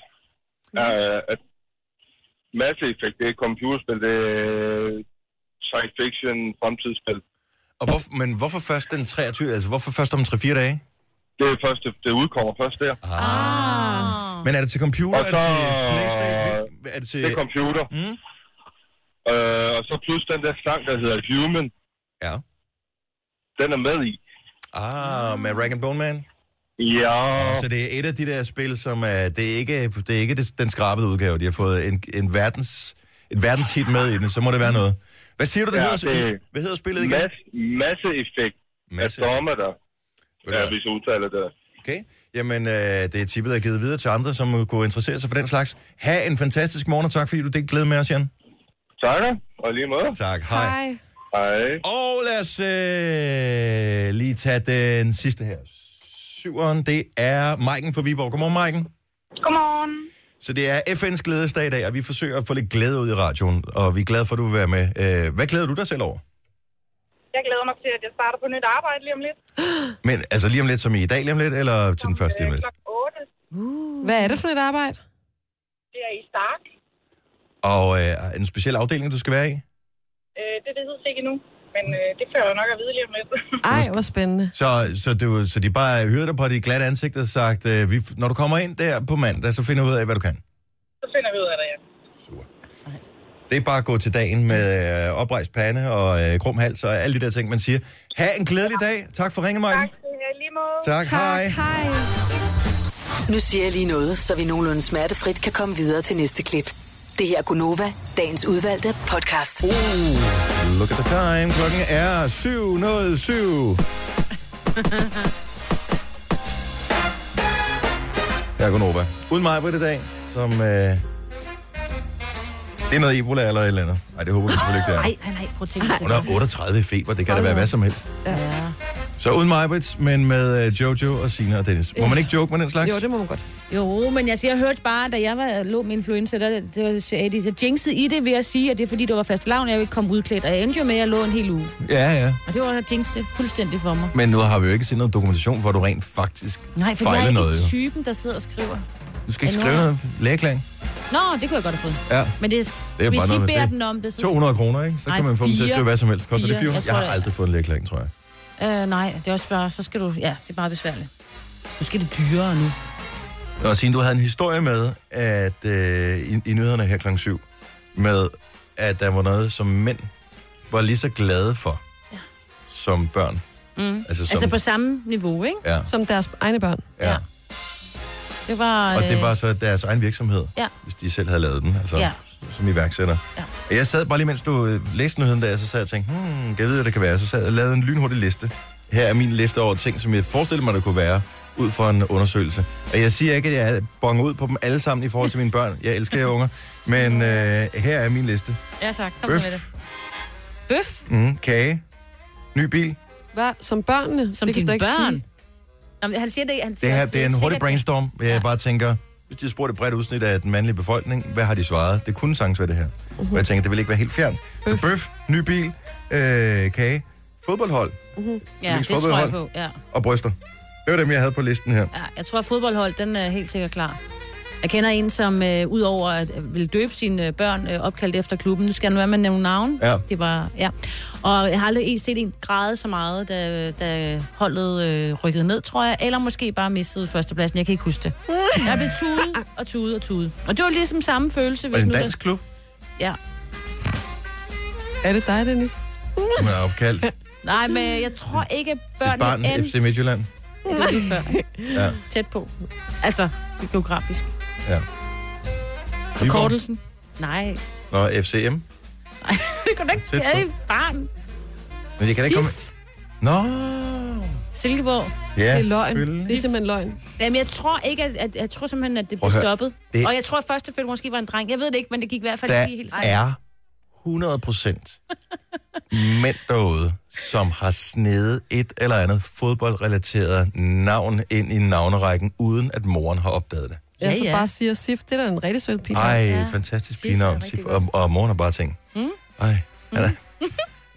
Speaker 8: Uh, masse effekt. Det er et computerspil. Det er science fiction fremtidsspil.
Speaker 1: Og hvor, men hvorfor først den 23? Altså, hvorfor først om 3-4 dage?
Speaker 8: Det er først, det udkommer først der.
Speaker 2: Ah.
Speaker 1: Men er det til computer?
Speaker 8: Og
Speaker 1: Er det
Speaker 8: så- øh,
Speaker 1: til Playstation? Hvil- Er det til...
Speaker 8: Det er computer.
Speaker 1: Mm.
Speaker 8: Uh, og så plus den der sang, der hedder Human.
Speaker 1: Ja.
Speaker 8: Den er med i.
Speaker 1: Ah, med Rag and Bone Man?
Speaker 8: Ja,
Speaker 1: Ja, så det er et af de der spil, som er, det er ikke, det er ikke det, den skrabede udgave. De har fået en, en verdens, et verdenshit med i den, så må det være noget. hvad siger du, det
Speaker 8: Ja,
Speaker 1: hedder?
Speaker 8: det-
Speaker 1: Hvad hedder spillet igen?
Speaker 8: masse, masse effekt af
Speaker 1: Mass Effect.
Speaker 8: dommer der,
Speaker 1: Ved du
Speaker 8: ja,
Speaker 1: hvad?
Speaker 8: hvis jeg udtaler det.
Speaker 1: Okay. Jamen, øh, det er tippet, der er givet videre til andre, som kunne interessere sig for den slags. Ha' en fantastisk morgen, og tak fordi du delte glæde med os, Jan.
Speaker 8: Tak, og lige måde.
Speaker 1: Tak. Hej. Hej.
Speaker 8: Hej.
Speaker 1: Og lad os øh, lige tage den sidste her. Syveren, det er Maiken fra Viborg. Godmorgen, Maiken.
Speaker 7: Godmorgen.
Speaker 1: Så det er FN's glædesdag i dag, og vi forsøger at få lidt glæde ud i radioen, og vi er glade for, at du vil være med. Øh, hvad glæder du dig selv over?
Speaker 7: Jeg glæder mig til, at jeg starter på nyt arbejde lige om lidt.
Speaker 1: Men altså lige om lidt, som i dag lige om lidt, eller til den første lige om lidt?
Speaker 7: Klokken 8.
Speaker 3: Hvad er det for et arbejde?
Speaker 7: Det er i Stark.
Speaker 1: Og øh, er en speciel afdeling, du skal være i?
Speaker 7: Øh, det ved jeg ikke endnu, men øh, det får jeg jo nok at vide lige om lidt.
Speaker 3: Ej, hvor spændende.
Speaker 1: Så, så, det, så de bare hørte dig på dit glatte ansigt og sagt, øh, vi, når du kommer ind der på mandag, så finder vi ud af, hvad du kan.
Speaker 7: Så finder vi ud af det, ja.
Speaker 2: Sejt.
Speaker 1: Det er bare at gå til dagen med øh, oprejst pande og øh, krum hals og alle de der ting, man siger. Ha' en glædelig dag. Tak for ringen, Maiken.
Speaker 7: Tak, øh, lige måde.
Speaker 1: Tak. tak. Hej.
Speaker 3: Hej.
Speaker 5: Nu siger jeg lige noget, så vi nogenlunde smertefrit kan komme videre til næste klip. Det her er Gunova, dagens udvalgte podcast.
Speaker 1: Mm. Look at the time. Klokken er 7.07. Her er Gunova. Uden mig på i dag, som... Øh, det er noget Ebola eller et eller andet. Nej, det håber jeg selvfølgelig ikke, det er.
Speaker 2: Nej, nej, nej, prøv at tænke
Speaker 1: Hun er 38 i feber, det kan da være hvad som helst.
Speaker 2: Ja.
Speaker 1: Så uden mig, Brits, men med øh, Jojo og Sina og Dennis. Må man ikke joke med den slags?
Speaker 3: Jo, det må man godt.
Speaker 2: Jo, men altså, jeg hørte bare, da jeg var, lå med influenza, der, der sagde de, der jinxede i det ved at sige, at det er fordi, du var fast lavn, og jeg ville ikke komme udklædt. Og jeg endte jo med, at jeg lå en hel uge.
Speaker 1: Ja, ja.
Speaker 2: Og det var der jinxede fuldstændig for mig.
Speaker 1: Men nu har vi jo ikke set noget dokumentation, hvor du rent faktisk
Speaker 2: Nej, for jeg
Speaker 1: fejler
Speaker 2: er
Speaker 1: noget.
Speaker 2: ikke
Speaker 1: Jo.
Speaker 2: typen, der sidder og skriver.
Speaker 1: Du skal ikke
Speaker 2: Ja, nu
Speaker 1: skrive
Speaker 2: har-
Speaker 1: noget lægeklæring.
Speaker 2: Nå, det kunne jeg godt have fået.
Speaker 1: Ja.
Speaker 2: Men det,
Speaker 1: Det er
Speaker 2: det hvis
Speaker 1: bare
Speaker 2: I
Speaker 1: noget med
Speaker 2: beder
Speaker 1: det.
Speaker 2: den om det, så...
Speaker 1: 200 kroner, ikke? Så
Speaker 2: Nej,
Speaker 1: kan man få dem til at
Speaker 2: fire.
Speaker 1: skrive hvad som helst. Koster det
Speaker 2: Fire.
Speaker 1: 400?
Speaker 2: Jeg
Speaker 1: Jeg
Speaker 2: tror,
Speaker 1: har
Speaker 2: det er-
Speaker 1: aldrig fået en lægeklæring, tror jeg.
Speaker 2: Øh, nej, det er også bare, så skal du... Ja, det er meget besværligt. Måske er det dyrere nu.
Speaker 1: Og Signe, du havde en historie med, at øh, i, i nyhederne her kl. 7, med at der var noget, som mænd var lige så glade for, som børn. Mm. Altså, som,
Speaker 2: Altså på samme niveau, ikke?
Speaker 1: ja,
Speaker 3: Som deres egne børn.
Speaker 1: ja.
Speaker 2: ja. Det var...
Speaker 1: Og
Speaker 2: øh,
Speaker 1: det var så deres egen virksomhed,
Speaker 2: Ja.
Speaker 1: hvis de selv havde lavet den, altså
Speaker 2: Ja.
Speaker 1: som iværksætter.
Speaker 2: Ja.
Speaker 1: Og Jeg sad bare lige, mens du øh, læste nyheden der, så sad jeg og tænkte, hmm, kan jeg ved, hvad det kan være. Så sad jeg og lavede en lynhurtig liste. Her er min liste over ting, som jeg forestillede mig, der kunne være ud fra en undersøgelse. Og jeg siger ikke, at jeg bonger ud på dem alle sammen i forhold til mine børn. Jeg elsker jer unger. Men øh, her er min liste.
Speaker 2: Ja, tak. Kom så med det.
Speaker 1: Bøf,
Speaker 2: Bøf?
Speaker 1: mm, kage, ny bil.
Speaker 3: Hvad? Som børnene?
Speaker 2: Som
Speaker 3: det kan du
Speaker 2: dine
Speaker 3: da ikke
Speaker 2: børn?
Speaker 3: Sige.
Speaker 2: Nå, men han siger det... Han
Speaker 1: Det her det er en hurtig
Speaker 2: sikkert-
Speaker 1: brainstorm, hvor jeg
Speaker 2: Ja.
Speaker 1: bare tænker, hvis de spurgte et bredt udsnit af den mandlige befolkning, hvad har de svaret? Det kunne sagtens være det her.
Speaker 2: Mhm.
Speaker 1: Uh-huh. Og jeg tænker, det vil ikke være helt fjernt. Bøf, Bøf ny bil, øh, kage, fodboldhold
Speaker 2: Ja, det
Speaker 1: Mix
Speaker 2: tror jeg
Speaker 1: fodboldhold.
Speaker 2: på, ja.
Speaker 1: og bryster. Det var dem, jeg havde på listen her.
Speaker 2: Ja, jeg tror, at fodboldhold, den er helt sikkert klar. Jeg kender en, som øh, udover at øh, vil døbe sine øh, børn øh, opkaldt efter klubben. Nu skal han være med at nævne navn.
Speaker 1: Ja.
Speaker 2: Det var, ja. Og jeg har aldrig set en græde så meget, da, da holdet øh, rykkede ned, tror jeg. Eller måske bare mistede førstepladsen. Jeg kan ikke huske det. Jeg blev tude og tude og tude. Og det var ligesom samme følelse.
Speaker 1: Var det en
Speaker 2: der-
Speaker 1: dansk klub,
Speaker 2: Ja.
Speaker 3: Er det dig, Dennis?
Speaker 1: som er opkaldt til
Speaker 2: Nej, men jeg tror ikke, børn...
Speaker 1: barn FC Midtjylland?
Speaker 2: Det var lige før.
Speaker 1: Ja.
Speaker 2: Tæt på. Altså, geografisk.
Speaker 1: ja.
Speaker 2: Forkortelsen. Nej,
Speaker 1: Og FCM.
Speaker 2: det kan du ikke
Speaker 1: Tæt på.
Speaker 2: kalde et barn.
Speaker 1: Men jeg kan da ikke komme...
Speaker 2: SIF.
Speaker 1: Nå!
Speaker 2: Silkeborg.
Speaker 1: Ja,
Speaker 3: Det er løgn.
Speaker 1: selvfølgelig.
Speaker 3: Det er simpelthen løgn.
Speaker 2: Jamen, jeg tror ikke, at, at jeg tror simpelthen, at det
Speaker 1: Prøv
Speaker 2: blev
Speaker 1: at høre.
Speaker 2: stoppet.
Speaker 1: Det-
Speaker 2: Det... Og jeg tror, at første følge måske var en dreng. Jeg ved det ikke, men det gik i hvert fald
Speaker 1: Der
Speaker 2: ikke lige helt
Speaker 1: er 100 procent mænd derude, som har snedet et eller andet fodboldrelateret navn ind i navnerækken, uden at moren har opdaget det.
Speaker 3: Jeg ja, så
Speaker 2: ja.
Speaker 3: bare siger Sif, det er da en rigtig sød pige.
Speaker 1: Ej, ja.
Speaker 2: Ja.
Speaker 1: fantastisk
Speaker 2: Sif er
Speaker 1: pigenavn.
Speaker 2: rigtig
Speaker 1: Sif, og, og moren har bare tænkt, mm. ej, han er,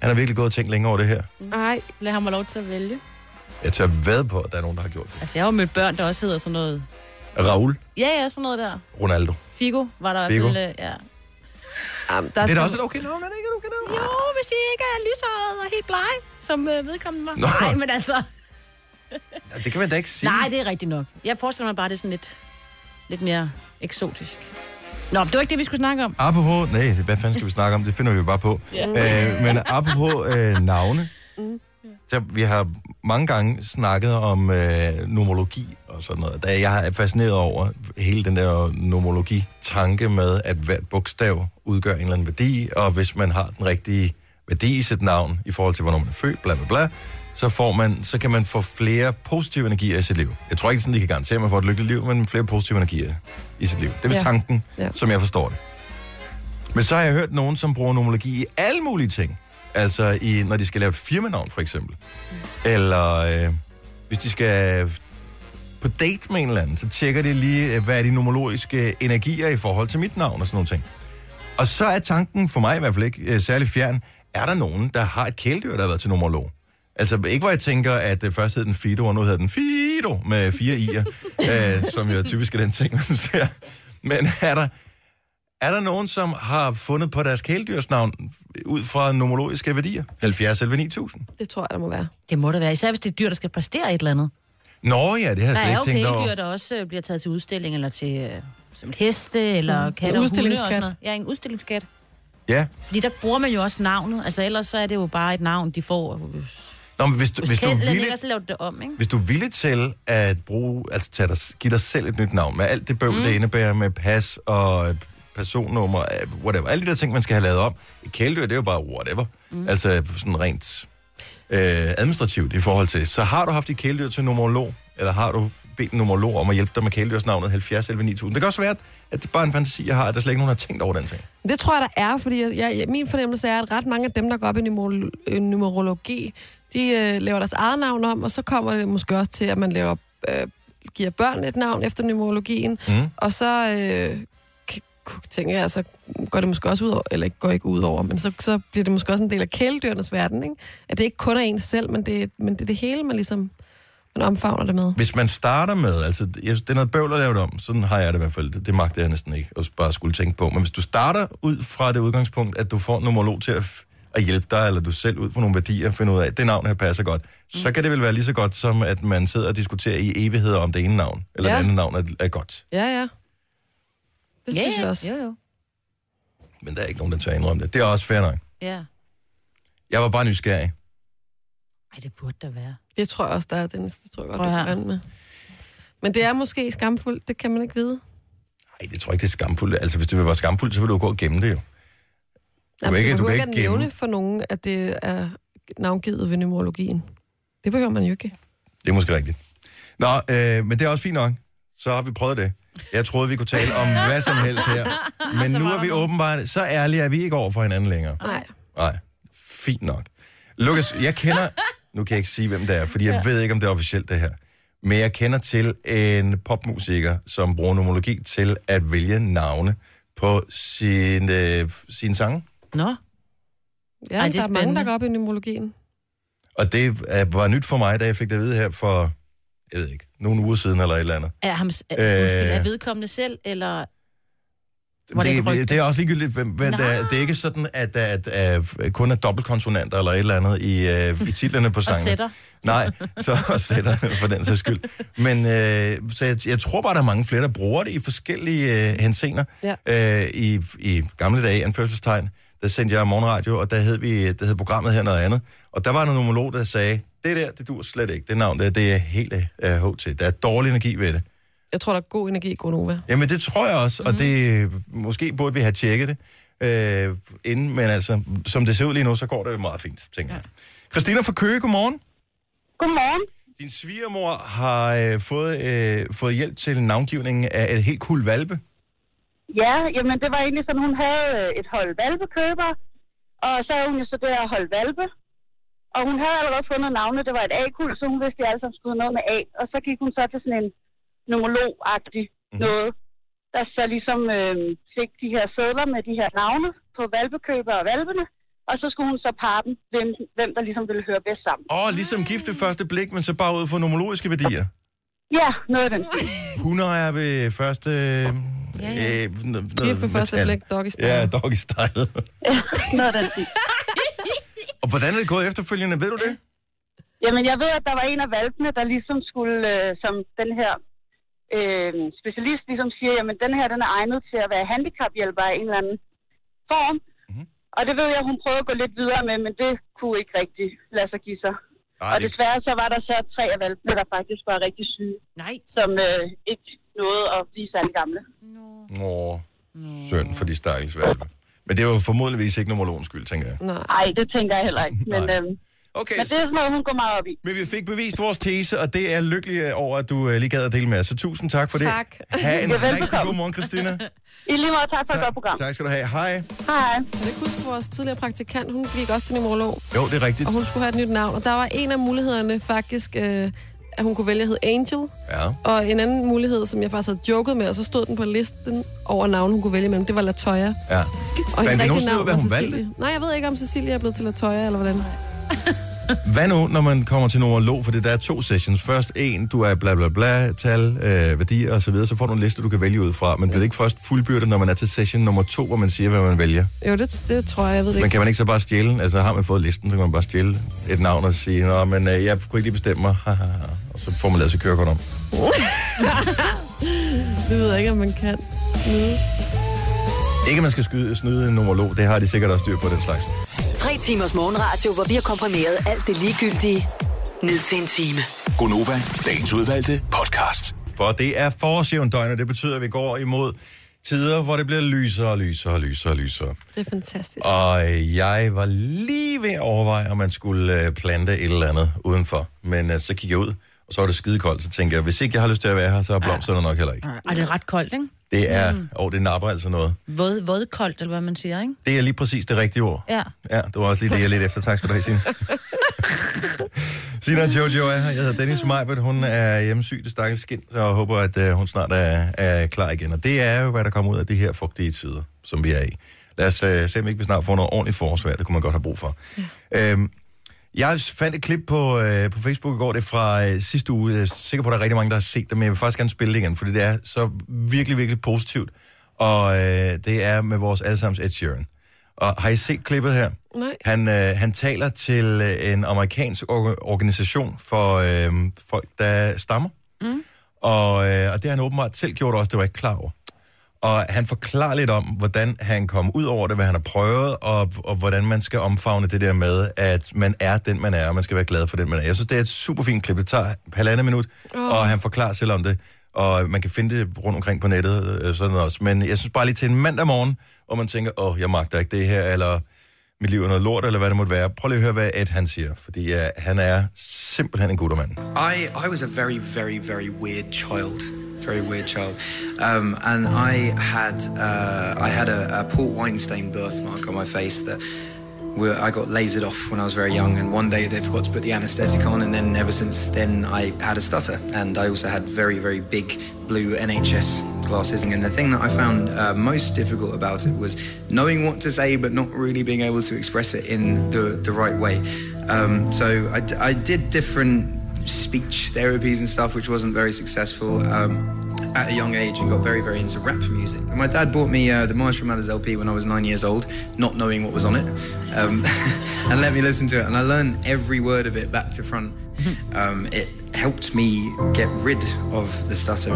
Speaker 1: han er virkelig gået og tænkt længe over det her.
Speaker 3: Ej,
Speaker 2: Lad ham have lov til at vælge.
Speaker 1: Jeg tør ved på, at der er nogen, der har gjort det.
Speaker 2: Altså, jeg har jo mødt børn, der også hedder sådan noget...
Speaker 1: Raul
Speaker 2: Ja, ja, sådan noget der.
Speaker 1: Ronaldo.
Speaker 2: Figo var der i
Speaker 1: Figo.
Speaker 2: hvert fald, øh, ja.
Speaker 3: jamen, der
Speaker 1: Det er da
Speaker 3: sgu-
Speaker 1: også et okay navn, er det ikke et okay navn?
Speaker 2: Jo, hvis de ikke er lyshåret og helt blege, som øh, vedkommende var.
Speaker 1: Nå.
Speaker 2: Nej, men altså...
Speaker 1: Ja, det kan man da ikke sige.
Speaker 2: Nej, det er rigtigt nok. Jeg forestiller mig bare, det er sådan lidt, lidt mere eksotisk. Nå, men det var ikke det, vi skulle snakke om.
Speaker 1: Apropos, nej, hvad fanden skal vi snakke om? Det finder vi jo bare på. Yeah. Øh, men apropos øh, navne, Så vi har mange gange snakket om øh, nomologi og sådan noget. Da jeg er fascineret over hele den der nomologi-tanke med, at hvert bogstav udgør en eller anden værdi, og hvis man har den rigtige værdi i sit navn i forhold til, hvornår man er født, bla bla bla, så, får man, så kan man få flere positive energier i sit liv. Jeg tror ikke, sådan, de kan garantere, at man får et lykkeligt liv, men flere positive energier i sit liv. Det er ja.
Speaker 3: Ja.
Speaker 1: tanken, ja.
Speaker 3: Ja.
Speaker 1: som jeg forstår det. Men så har jeg hørt nogen, som bruger nomologi i alle mulige ting. Altså, i, når de skal lave et firmanavn, for eksempel. Eller øh, hvis de skal på date med en eller anden, så tjekker de lige, øh, hvad er de nomologiske energier i forhold til mit navn og sådan nogle ting. Og så er tanken, for mig i hvert fald ikke øh, særlig fjern, er der nogen, der har et kæledyr, der har været til nomolog? Altså ikke hvor jeg tænker, at øh, først hed den Fido, og nu hedder den Fido med fire i'er, øh, som jo typisk er den ting, man ser. Men er der, er der nogen, som har fundet på deres kæledyrsnavn ud fra nomologiske værdier? 70 11 9000.
Speaker 3: Det tror jeg, der må være.
Speaker 2: Det må det være, især hvis det er dyr, der skal præstere et eller andet.
Speaker 1: Nå ja, det har jeg
Speaker 2: Der
Speaker 1: slet
Speaker 2: er
Speaker 1: ikke
Speaker 2: jo
Speaker 1: tænkt over.
Speaker 2: kæledyr, der også øh, bliver taget til udstilling, eller til øh, som et heste, eller mm. katte og hunde og
Speaker 3: udstillingskat.
Speaker 2: sådan noget. Ja, en udstillingskat.
Speaker 1: Ja.
Speaker 2: Fordi der bruger man jo også navnet. Altså ellers så er det jo bare et navn, de får. Hvis,
Speaker 1: Nå, men hvis du,
Speaker 2: hvis
Speaker 1: hvis du er
Speaker 2: kælderen
Speaker 1: villig,
Speaker 2: ikke, så laver det om, ikke?
Speaker 1: hvis du er villig til at bruge, altså tage dig, give dig selv et nyt navn, med alt det bøvl, mm. det indebærer med pas og personnummer, øh, whatever, alle de der ting, man skal have lavet om. Et kæledyr, det er jo bare whatever. Mm. Altså sådan rent øh, administrativt i forhold til. Så har du haft et kæledyr til numerolog, eller har du bedt en numerolog om at hjælpe dig med kæledyrsnavnet 70 11 9000. Det kan også være, at det bare er en fantasi, jeg har, at der slet ikke nogen har tænkt over den ting.
Speaker 3: Det tror jeg, der er, fordi jeg, jeg, min fornemmelse er, at ret mange af dem, der går op i numerol- øh, numerologi, de øh, laver deres eget navn om, og så kommer det måske også til, at man laver, øh, giver børn et navn efter numerologien,
Speaker 1: Mm.
Speaker 3: og så øh, k- k- tænker jeg, så går det måske også ud over, eller går ikke ud over, men så, så bliver det måske også en del af kæledyrenes verden, ikke? At det ikke kun er en selv, men det, men det er det hele, man ligesom man omfavner det med.
Speaker 1: Hvis man starter med, altså jeg synes, det er noget bøvl at lave det om, sådan har jeg det i hvert fald, det, det magter jeg næsten ikke, og bare skulle tænke på. Men hvis du starter ud fra det udgangspunkt, at du får en numerolog til at, f- at hjælpe dig, eller du selv ud fra nogle værdier finder ud af, at det navn her passer godt, mm. så kan det vel være lige så godt som, at man sidder og diskuterer i evigheder om det ene navn, eller ja.
Speaker 3: Ja.
Speaker 1: det andet navn er, er godt.
Speaker 3: Ja, ja. Det
Speaker 2: Ja,
Speaker 3: synes jeg
Speaker 2: ja.
Speaker 3: også.
Speaker 2: Jo, jo.
Speaker 1: Men der er ikke nogen, der tør indrømme det. Det er også fair nok.
Speaker 2: Ja.
Speaker 1: Jeg var bare nysgerrig.
Speaker 2: Ej, det burde der være.
Speaker 3: Det tror jeg også, der er, Dennis. Det tror jeg godt,
Speaker 2: Prøv
Speaker 3: du
Speaker 2: her.
Speaker 3: kan regne med. Men det er måske skamfuldt, det kan man ikke vide.
Speaker 1: Nej, det tror jeg ikke, det er skamfuldt. Altså, hvis det ville være skamfuldt, så ville du jo gå og gemme det jo.
Speaker 3: Jamen,
Speaker 1: ikke-
Speaker 3: man
Speaker 1: du
Speaker 3: behøver
Speaker 1: kan ikke
Speaker 3: at nævne
Speaker 1: gemme.
Speaker 3: for nogen, at det er navngivet ved numerologien. Det behøver man jo ikke.
Speaker 1: Det er måske rigtigt. Nå, øh, men det er også fint nok. Så har vi prøvet det. Jeg troede, vi kunne tale om hvad som helst her. Men nu er vi åbenbart, så ærlige er vi ikke over for hinanden længere.
Speaker 3: Nej.
Speaker 1: Nej, fint nok. Lukas, jeg kender... Nu kan jeg ikke sige, hvem det er, fordi jeg ved ikke, om det er officielt, det her. Men jeg kender til en popmusiker, som bruger nomologi til at vælge navne på sin, øh, sin sang.
Speaker 2: Nå,
Speaker 3: Ja,
Speaker 2: Ej,
Speaker 3: Ej,
Speaker 2: det er
Speaker 3: der er mange,
Speaker 2: spændende.
Speaker 3: der går op i numerologien.
Speaker 1: Og det øh, var nyt for mig, da jeg fik det at vide her for, jeg ved ikke, nogle uger siden eller et eller andet.
Speaker 2: er, ham, er,
Speaker 1: Øh.
Speaker 2: undskyld, er vedkommende selv, eller... Hvor det er
Speaker 1: det,
Speaker 2: et rygte.
Speaker 1: det, det er også ligegyldigt, hvem, hvem det, er,
Speaker 2: Nå.
Speaker 1: det er ikke sådan, at der at, at øh, kun er dobbeltkonsonanter eller et eller andet i, øh, i titlerne på
Speaker 2: Og
Speaker 1: sangen.
Speaker 2: sætter.
Speaker 1: Nej, så og sætter for den sags skyld. Men øh, så jeg, jeg tror bare, der er mange flere, der bruger det i forskellige øh, hensener.
Speaker 3: Ja.
Speaker 1: Øh, i, I gamle dage, anførselstegn, der sendte jeg morgenradio, og der hed, vi, der hed programmet her noget andet. Og der var en nomolog, der sagde, det der, det dur slet ikke. Det navn der, det er helt øh, HT. Der er dårlig energi ved det.
Speaker 3: Jeg tror, der er god energi i Gonova.
Speaker 1: Jamen, det tror jeg også,
Speaker 3: Mhm.
Speaker 1: mm-hmm. og det måske burde vi have tjekket det øh, inden, men altså, som det ser ud lige nu, så går det meget fint, tænker jeg. Christina fra Køge, godmorgen.
Speaker 7: Godmorgen.
Speaker 1: Din svigermor har øh, fået, øh, fået hjælp til navngivningen af et helt kul valpe.
Speaker 7: Ja, jamen det var egentlig sådan, hun havde øh, et hold valpekøber, og så er hun jo så der hold valpe. Og hun havde allerede fundet navnet, det var et A-kul, så hun vidste, at de alle sammen skulle hedde noget med A. Og så gik hun så til sådan en numerolog-agtig mm. noget, der så ligesom øh, fik de her sædler med de her navne på valpekøber og valpene. Og så skulle hun så parre dem, hvem, hvem der ligesom ville høre bedst sammen.
Speaker 1: Åh, ligesom gift ved første blik, men så bare ud for nomologiske værdier.
Speaker 7: Ja, noget af den. stil.
Speaker 1: Hundeejer ved første... Øh, ja, ja. Øh, n- n-
Speaker 3: Gift ved første
Speaker 1: metal.
Speaker 3: blik, doggy style.
Speaker 1: Ja, doggy style.
Speaker 7: noget af den stil.
Speaker 1: og hvordan er det gået efterfølgende, ved du det?
Speaker 7: Jamen, jeg ved, at der var en af valpene, der ligesom skulle, øh, som den her øh, specialist ligesom siger, jamen, den her, den er egnet til at være handicaphjælper i en eller anden
Speaker 1: Mhm.
Speaker 7: form. Mm-hmm. Og det ved jeg, hun prøvede at gå lidt videre med, men det kunne ikke rigtig lade sig give sig.
Speaker 1: Nej,
Speaker 7: Og
Speaker 1: det,
Speaker 7: desværre så var der så tre af valpene, der faktisk var rigtig syge,
Speaker 2: Nej.
Speaker 7: som øh, ikke nåede at blive særlig gamle.
Speaker 1: Nå, synd for de stakkels valpe. Men det er jo formodentligvis ikke numerologens skyld, tænker jeg.
Speaker 7: Nej, det tænker jeg heller ikke. Men,
Speaker 1: Nej.
Speaker 7: øhm,
Speaker 1: Okay,
Speaker 7: men det er sådan noget, hun går meget op i.
Speaker 1: men vi fik bevist vores tese, og det er jeg lykkelig over, at du øh, lige gad at dele med os. Så tusind tak for
Speaker 3: Tak.
Speaker 1: det. Ha' en
Speaker 7: Ja, velbekomme.
Speaker 1: rigtig god morgen, Christina.
Speaker 7: I lige måde, tak for et godt program.
Speaker 1: tak skal du have. Hej.
Speaker 7: Hej.
Speaker 3: Jeg kan huske, vores tidligere praktikant, hun gik også til numerolog,
Speaker 1: Jo, det er rigtigt.
Speaker 3: og hun skulle have et nyt navn. Og der var en af mulighederne faktisk, øh, at hun kunne vælge at hedde Angel.
Speaker 1: Ja.
Speaker 3: Og en anden mulighed, som jeg faktisk havde joket med, og så stod den på listen over navne, hun kunne vælge imellem, det var Latoya.
Speaker 1: Ja.
Speaker 3: Og
Speaker 1: Fandt I
Speaker 3: hendes rigtige
Speaker 1: nogensinde ud af,
Speaker 3: navn
Speaker 1: hvad
Speaker 3: var
Speaker 1: hun
Speaker 3: Cecilie.
Speaker 1: valgte?
Speaker 3: Nej, jeg ved ikke, om Cecilie er blevet til Latoya, eller hvordan.
Speaker 1: Hvad nu, når man kommer til numerolog? For det der er to sessions. Først en, du er bla bla bla, tal, øh, værdier osv., så, videre. så får du en liste, du kan vælge ud fra. Men bliver det ikke først fuldbyrdet, når man er til session nummer to, hvor man siger, hvad man vælger?
Speaker 3: Jo, det, det tror jeg, jeg ved det
Speaker 1: Men
Speaker 3: ikke.
Speaker 1: kan man ikke så bare stjæle? Altså har man fået listen, så kan man bare stjæle et navn og sige, Nå, men øh, jeg kunne ikke lige bestemme mig. Haha. og så får man lavet sig kørekort om.
Speaker 3: Det ved jeg ikke, om man kan snyde.
Speaker 1: Ikke, at man skal skyde, snyde en numerolog. Det har de sikkert også styr på, den slags.
Speaker 5: Tre timers morgenradio, hvor vi har komprimeret alt det ligegyldige ned til en time.
Speaker 4: Gonova, dagens udvalgte podcast.
Speaker 1: For det er forårsjævndøgn, og det betyder, at vi går imod tider, hvor det bliver lysere og lysere og lysere og lysere.
Speaker 3: Det er fantastisk.
Speaker 1: Og øh, jeg var lige ved at overveje, om man skulle øh, plante et eller andet udenfor. Men øh, så kiggede jeg ud, og så var det skidekoldt. Så tænkte jeg, hvis ikke jeg har lyst til at være her, så er blomsterne nok heller ikke.
Speaker 2: Og det er ret koldt, ikke?
Speaker 1: Det er, og det napper altså noget.
Speaker 2: Våd, vådkoldt, eller hvad man siger, ikke?
Speaker 1: Det er lige præcis det rigtige ord.
Speaker 2: Ja.
Speaker 1: Ja, det var også lige det, jeg lidt efter. Tak skal du have, Signe. Signe og Jojo er her. Jeg hedder Dennis Meibert. Hun er hjemmesyg, det stakkels skin, så jeg håber, at øh, hun snart er, er klar igen. Og det er jo, hvad der kommer ud af de her fugtige tider, som vi er i. Lad os øh, se, om ikke vi snart får noget ordentligt forårsvejr. Det kunne man godt have brug for. Ja. Øhm, jeg fandt et klip på, øh, på Facebook i går, det er fra øh, sidste uge. Jeg er sikker på, at der er rigtig mange, der har set det, men jeg vil faktisk gerne spille det igen, fordi det er så virkelig, virkelig positivt. Og øh, det er med vores allesammens Ed Sheeran. Og har I set klippet her?
Speaker 3: Nej.
Speaker 1: Han, øh, han taler til øh, en amerikansk or- organisation for øh, folk, der stammer. Mm. Og, øh, og det har han åbenbart selv gjort også, det var jeg ikke klar over. Og han forklarer lidt om, hvordan han kom ud over det, hvad han har prøvet, og, og hvordan man skal omfavne det der med, at man er den, man er, og man skal være glad for den, man er. Jeg synes, det er et super fint klip. Det tager halvandet minut, oh. og han forklarer selv om det. Og man kan finde det rundt omkring på nettet, øh, sådan noget også. Men jeg synes bare lige til en mandag morgen, hvor man tænker, åh, oh, jeg magter ikke det her, eller mit liv er noget lort, eller hvad det måtte være. Prøv lige at høre, hvad Ed han siger, fordi øh, han er simpelthen en guttermand.
Speaker 9: I, I was a very, very, very weird child. Very weird child. Um, and I had uh, I had a, a Paul Weinstein birthmark on my face that were, I got lasered off when I was very young. And one day they forgot to put the anaesthetic on. And then ever since then, I had a stutter. And I also had very, very big blue NHS glasses. And the thing that I found uh, most difficult about it was knowing what to say, but not really being able to express it in the, the right way. Um, so I, d- I did different speech therapies and stuff, which wasn't very successful. Um, at a young age, and got very, very into rap music. My dad bought me uh, the Marshall Mathers LP when I was nine years old, not knowing what was on it, um, and let me listen to it. And I learned every word of it back to front. Um, it helped me get rid of the stutter.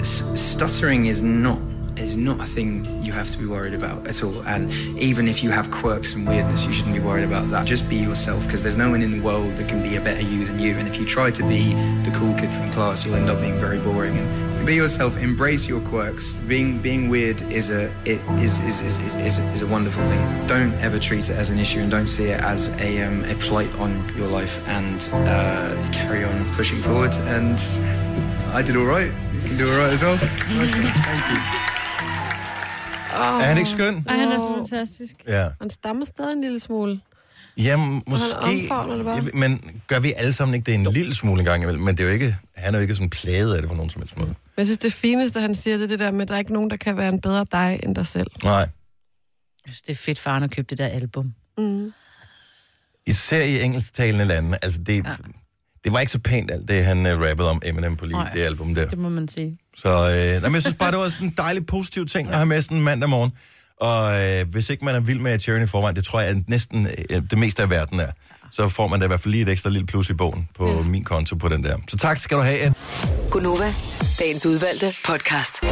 Speaker 9: S- s- Stuttering is not is not a thing you have to be worried about at all. And even if you have quirks and weirdness, you shouldn't be worried about that. Just be yourself, because there's no one in the world that can be a better you than you. And if you try to be the cool kid from class, you'll end up being very boring. And be yourself. Embrace your quirks. Being being weird is a it is is, is, is, is, is a wonderful thing. Don't ever treat it as an issue, and don't see it as a um, a plight on your life. And uh, carry on pushing forward. And I did all right. You can do all right as well. Nice one. Thank you.
Speaker 1: Oh. Er han ikke skøn?
Speaker 2: Ej, han er så fantastisk.
Speaker 1: Ja.
Speaker 3: Han stammer stadig en lille smule.
Speaker 1: Ja, måske...
Speaker 3: omfavner det bare.
Speaker 1: Jeg ved- men gør vi alle sammen ikke det en lille smule engang imellem? Men det er jo ikke, han er jo ikke sådan plaget af det på nogen som helst måde.
Speaker 3: Men jeg synes, det fineste, han siger, det er det der med, at der er ikke nogen, der kan være en bedre dig end dig selv.
Speaker 1: Nej.
Speaker 2: Jeg synes, det er fedt, faren har købt det der album. Mm.
Speaker 1: Især i engelsktalende lande. Altså, det, ja. det var ikke så pænt alt det, han uh, rappede om Eminem på lige
Speaker 2: Nej.
Speaker 1: det album der.
Speaker 2: Det må man sige.
Speaker 1: Så øh, nej, men jeg synes bare, det var sådan en dejlig positiv ting at have med sådan en mandag morgen. Og øh, hvis ikke man er vild med at i forvejen, det tror jeg at næsten øh, det meste af verden er, så får man da i hvert fald lige et ekstra lille plus i bogen på ja. min konto på den der. Så tak skal du have, Ed.
Speaker 5: Gonova, dagens udvalgte podcast.
Speaker 1: Og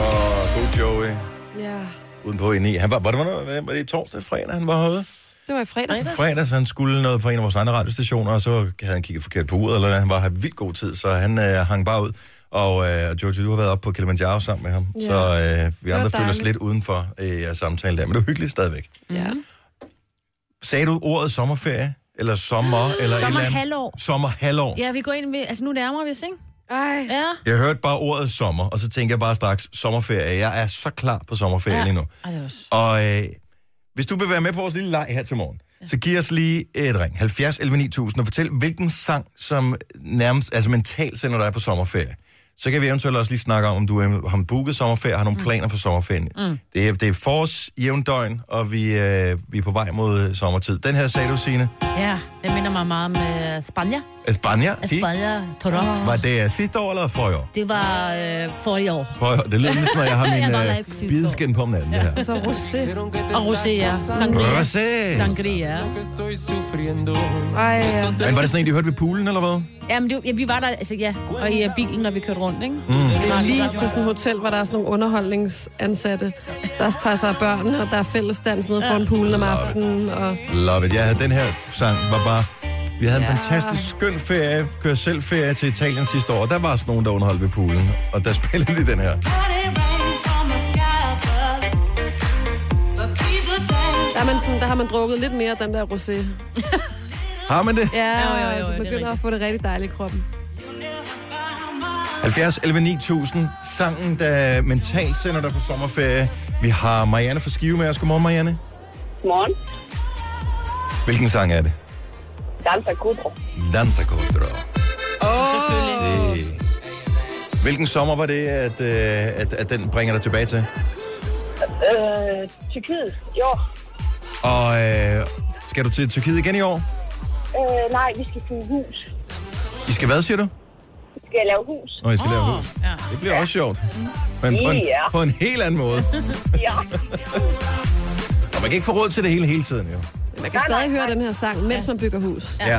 Speaker 1: god Joey.
Speaker 3: Ja.
Speaker 1: udenpå inde i. Han var, var, det, var, det, var det torsdag, fredag, han var herude?
Speaker 3: Det var i fredags.
Speaker 1: fredags, han skulle noget på en af vores andre radiostationer, og så havde han kigget forkert på uret, eller han bare havde vildt god tid, så han øh, hang bare ud. Og øh, Jojo, du har været oppe på Kilimanjaro sammen med ham,
Speaker 3: Ja.
Speaker 1: ja. så øh, vi
Speaker 3: var
Speaker 1: andre føler os
Speaker 3: dejligt.
Speaker 1: lidt udenfor øh, jeres samtale der, men det var hyggeligt stadigvæk.
Speaker 3: Ja.
Speaker 2: Mm.
Speaker 1: Sagde du ordet sommerferie, eller sommer, eller et eller andet?
Speaker 2: Ah, Sommerhalvår.
Speaker 1: Sommerhalvår.
Speaker 2: Ja, vi går ind ved... Altså, nu nærmer vi os, ikke?
Speaker 3: Ej.
Speaker 2: Ja.
Speaker 1: Jeg hørte bare ordet sommer, og så tænkte jeg bare straks, sommerferie. Jeg er så klar på sommerferie
Speaker 2: Ja.
Speaker 1: ja. lige nu.
Speaker 2: Ej, det er også...
Speaker 1: Og øh, hvis du vil være med på vores lille leg her til morgen, ja. så giv os lige et ring. 70 11 9000, og fortæl, hvilken sang, som nærmest, altså mentalt sender dig på sommerferie. Så kan vi eventuelt også lige snakke om, om du øh, har booket sommerferie, har nogle planer for sommerferien. Mm. Det, er, det er forårs jævndøgn, og vi, øh, vi er på vej mod øh, sommertid. Den her sagde du, Signe.
Speaker 2: Ja, det minder mig meget om uh, Spania.
Speaker 1: España, sí?
Speaker 2: Spania, Torop.
Speaker 1: Var det sidste år eller forrige år?
Speaker 2: Det var øh, for i år.
Speaker 1: Prøv at høre, det lyder lidt, når jeg har
Speaker 2: Jeg
Speaker 1: min
Speaker 2: var der ikke sidste
Speaker 1: øh,
Speaker 2: år.
Speaker 1: bideskin på om natten, det her.
Speaker 3: Og så rosé.
Speaker 2: Og rosé, ja. Sangria.
Speaker 1: Rosé!
Speaker 2: Sangria.
Speaker 3: Ej, øh. ja.
Speaker 1: Men var det sådan en, de hørte ved poolen, eller hvad?
Speaker 2: Jamen, det, ja, vi var der, altså ja, og i øh, bilen, når vi kørte rundt, ikke? Mm.
Speaker 3: Lige til sådan et hotel, hvor der er sådan nogle underholdningsansatte, der tager sig af børn, og der er fællesdans nede foran poolen om aftenen. Og...
Speaker 1: Love it. Ja, den her sang var bare... Vi havde en fantastisk skøn ferie, køre selv ferie til Italien sidste år, og der var også nogen, der underholdt ved poolen, og der spillede de den her.
Speaker 3: Der, er man sådan, der har man drukket lidt mere af den der rosé.
Speaker 1: Har man det?
Speaker 3: Ja,
Speaker 2: Jo, jo, jo, det
Speaker 3: man
Speaker 2: er
Speaker 3: begynder at
Speaker 2: rigtigt.
Speaker 3: få det rigtig dejligt i kroppen.
Speaker 1: 70 11 9000, sangen, der mentalt sender dig på sommerferie. Vi har Marianne fra Skive med os. Godmorgen, Marianne.
Speaker 7: Morgen.
Speaker 1: Hvilken sang er det?
Speaker 7: Danser Kudro.
Speaker 1: Danza Codro. Åh! Oh. Hvilken sommer var det, at, øh, at, at den bringer dig tilbage til?
Speaker 7: Øh, Tyrkiet. Jo.
Speaker 1: Og øh, skal du til Tyrkiet igen i år?
Speaker 7: Øh, nej, vi skal til hus.
Speaker 1: I skal hvad, siger du?
Speaker 7: Vi skal lave hus.
Speaker 1: Nå, I skal oh. lave hus.
Speaker 2: Ja.
Speaker 1: Det bliver også sjovt. Men på en,
Speaker 7: Ja.
Speaker 1: på en helt anden måde.
Speaker 7: Ja.
Speaker 1: Og man kan ikke få råd til det hele hele tiden, jo.
Speaker 3: Man kan
Speaker 7: Nej, nej,
Speaker 3: stadig høre
Speaker 7: nej.
Speaker 3: den her sang, mens man bygger hus.
Speaker 1: Ja. ja.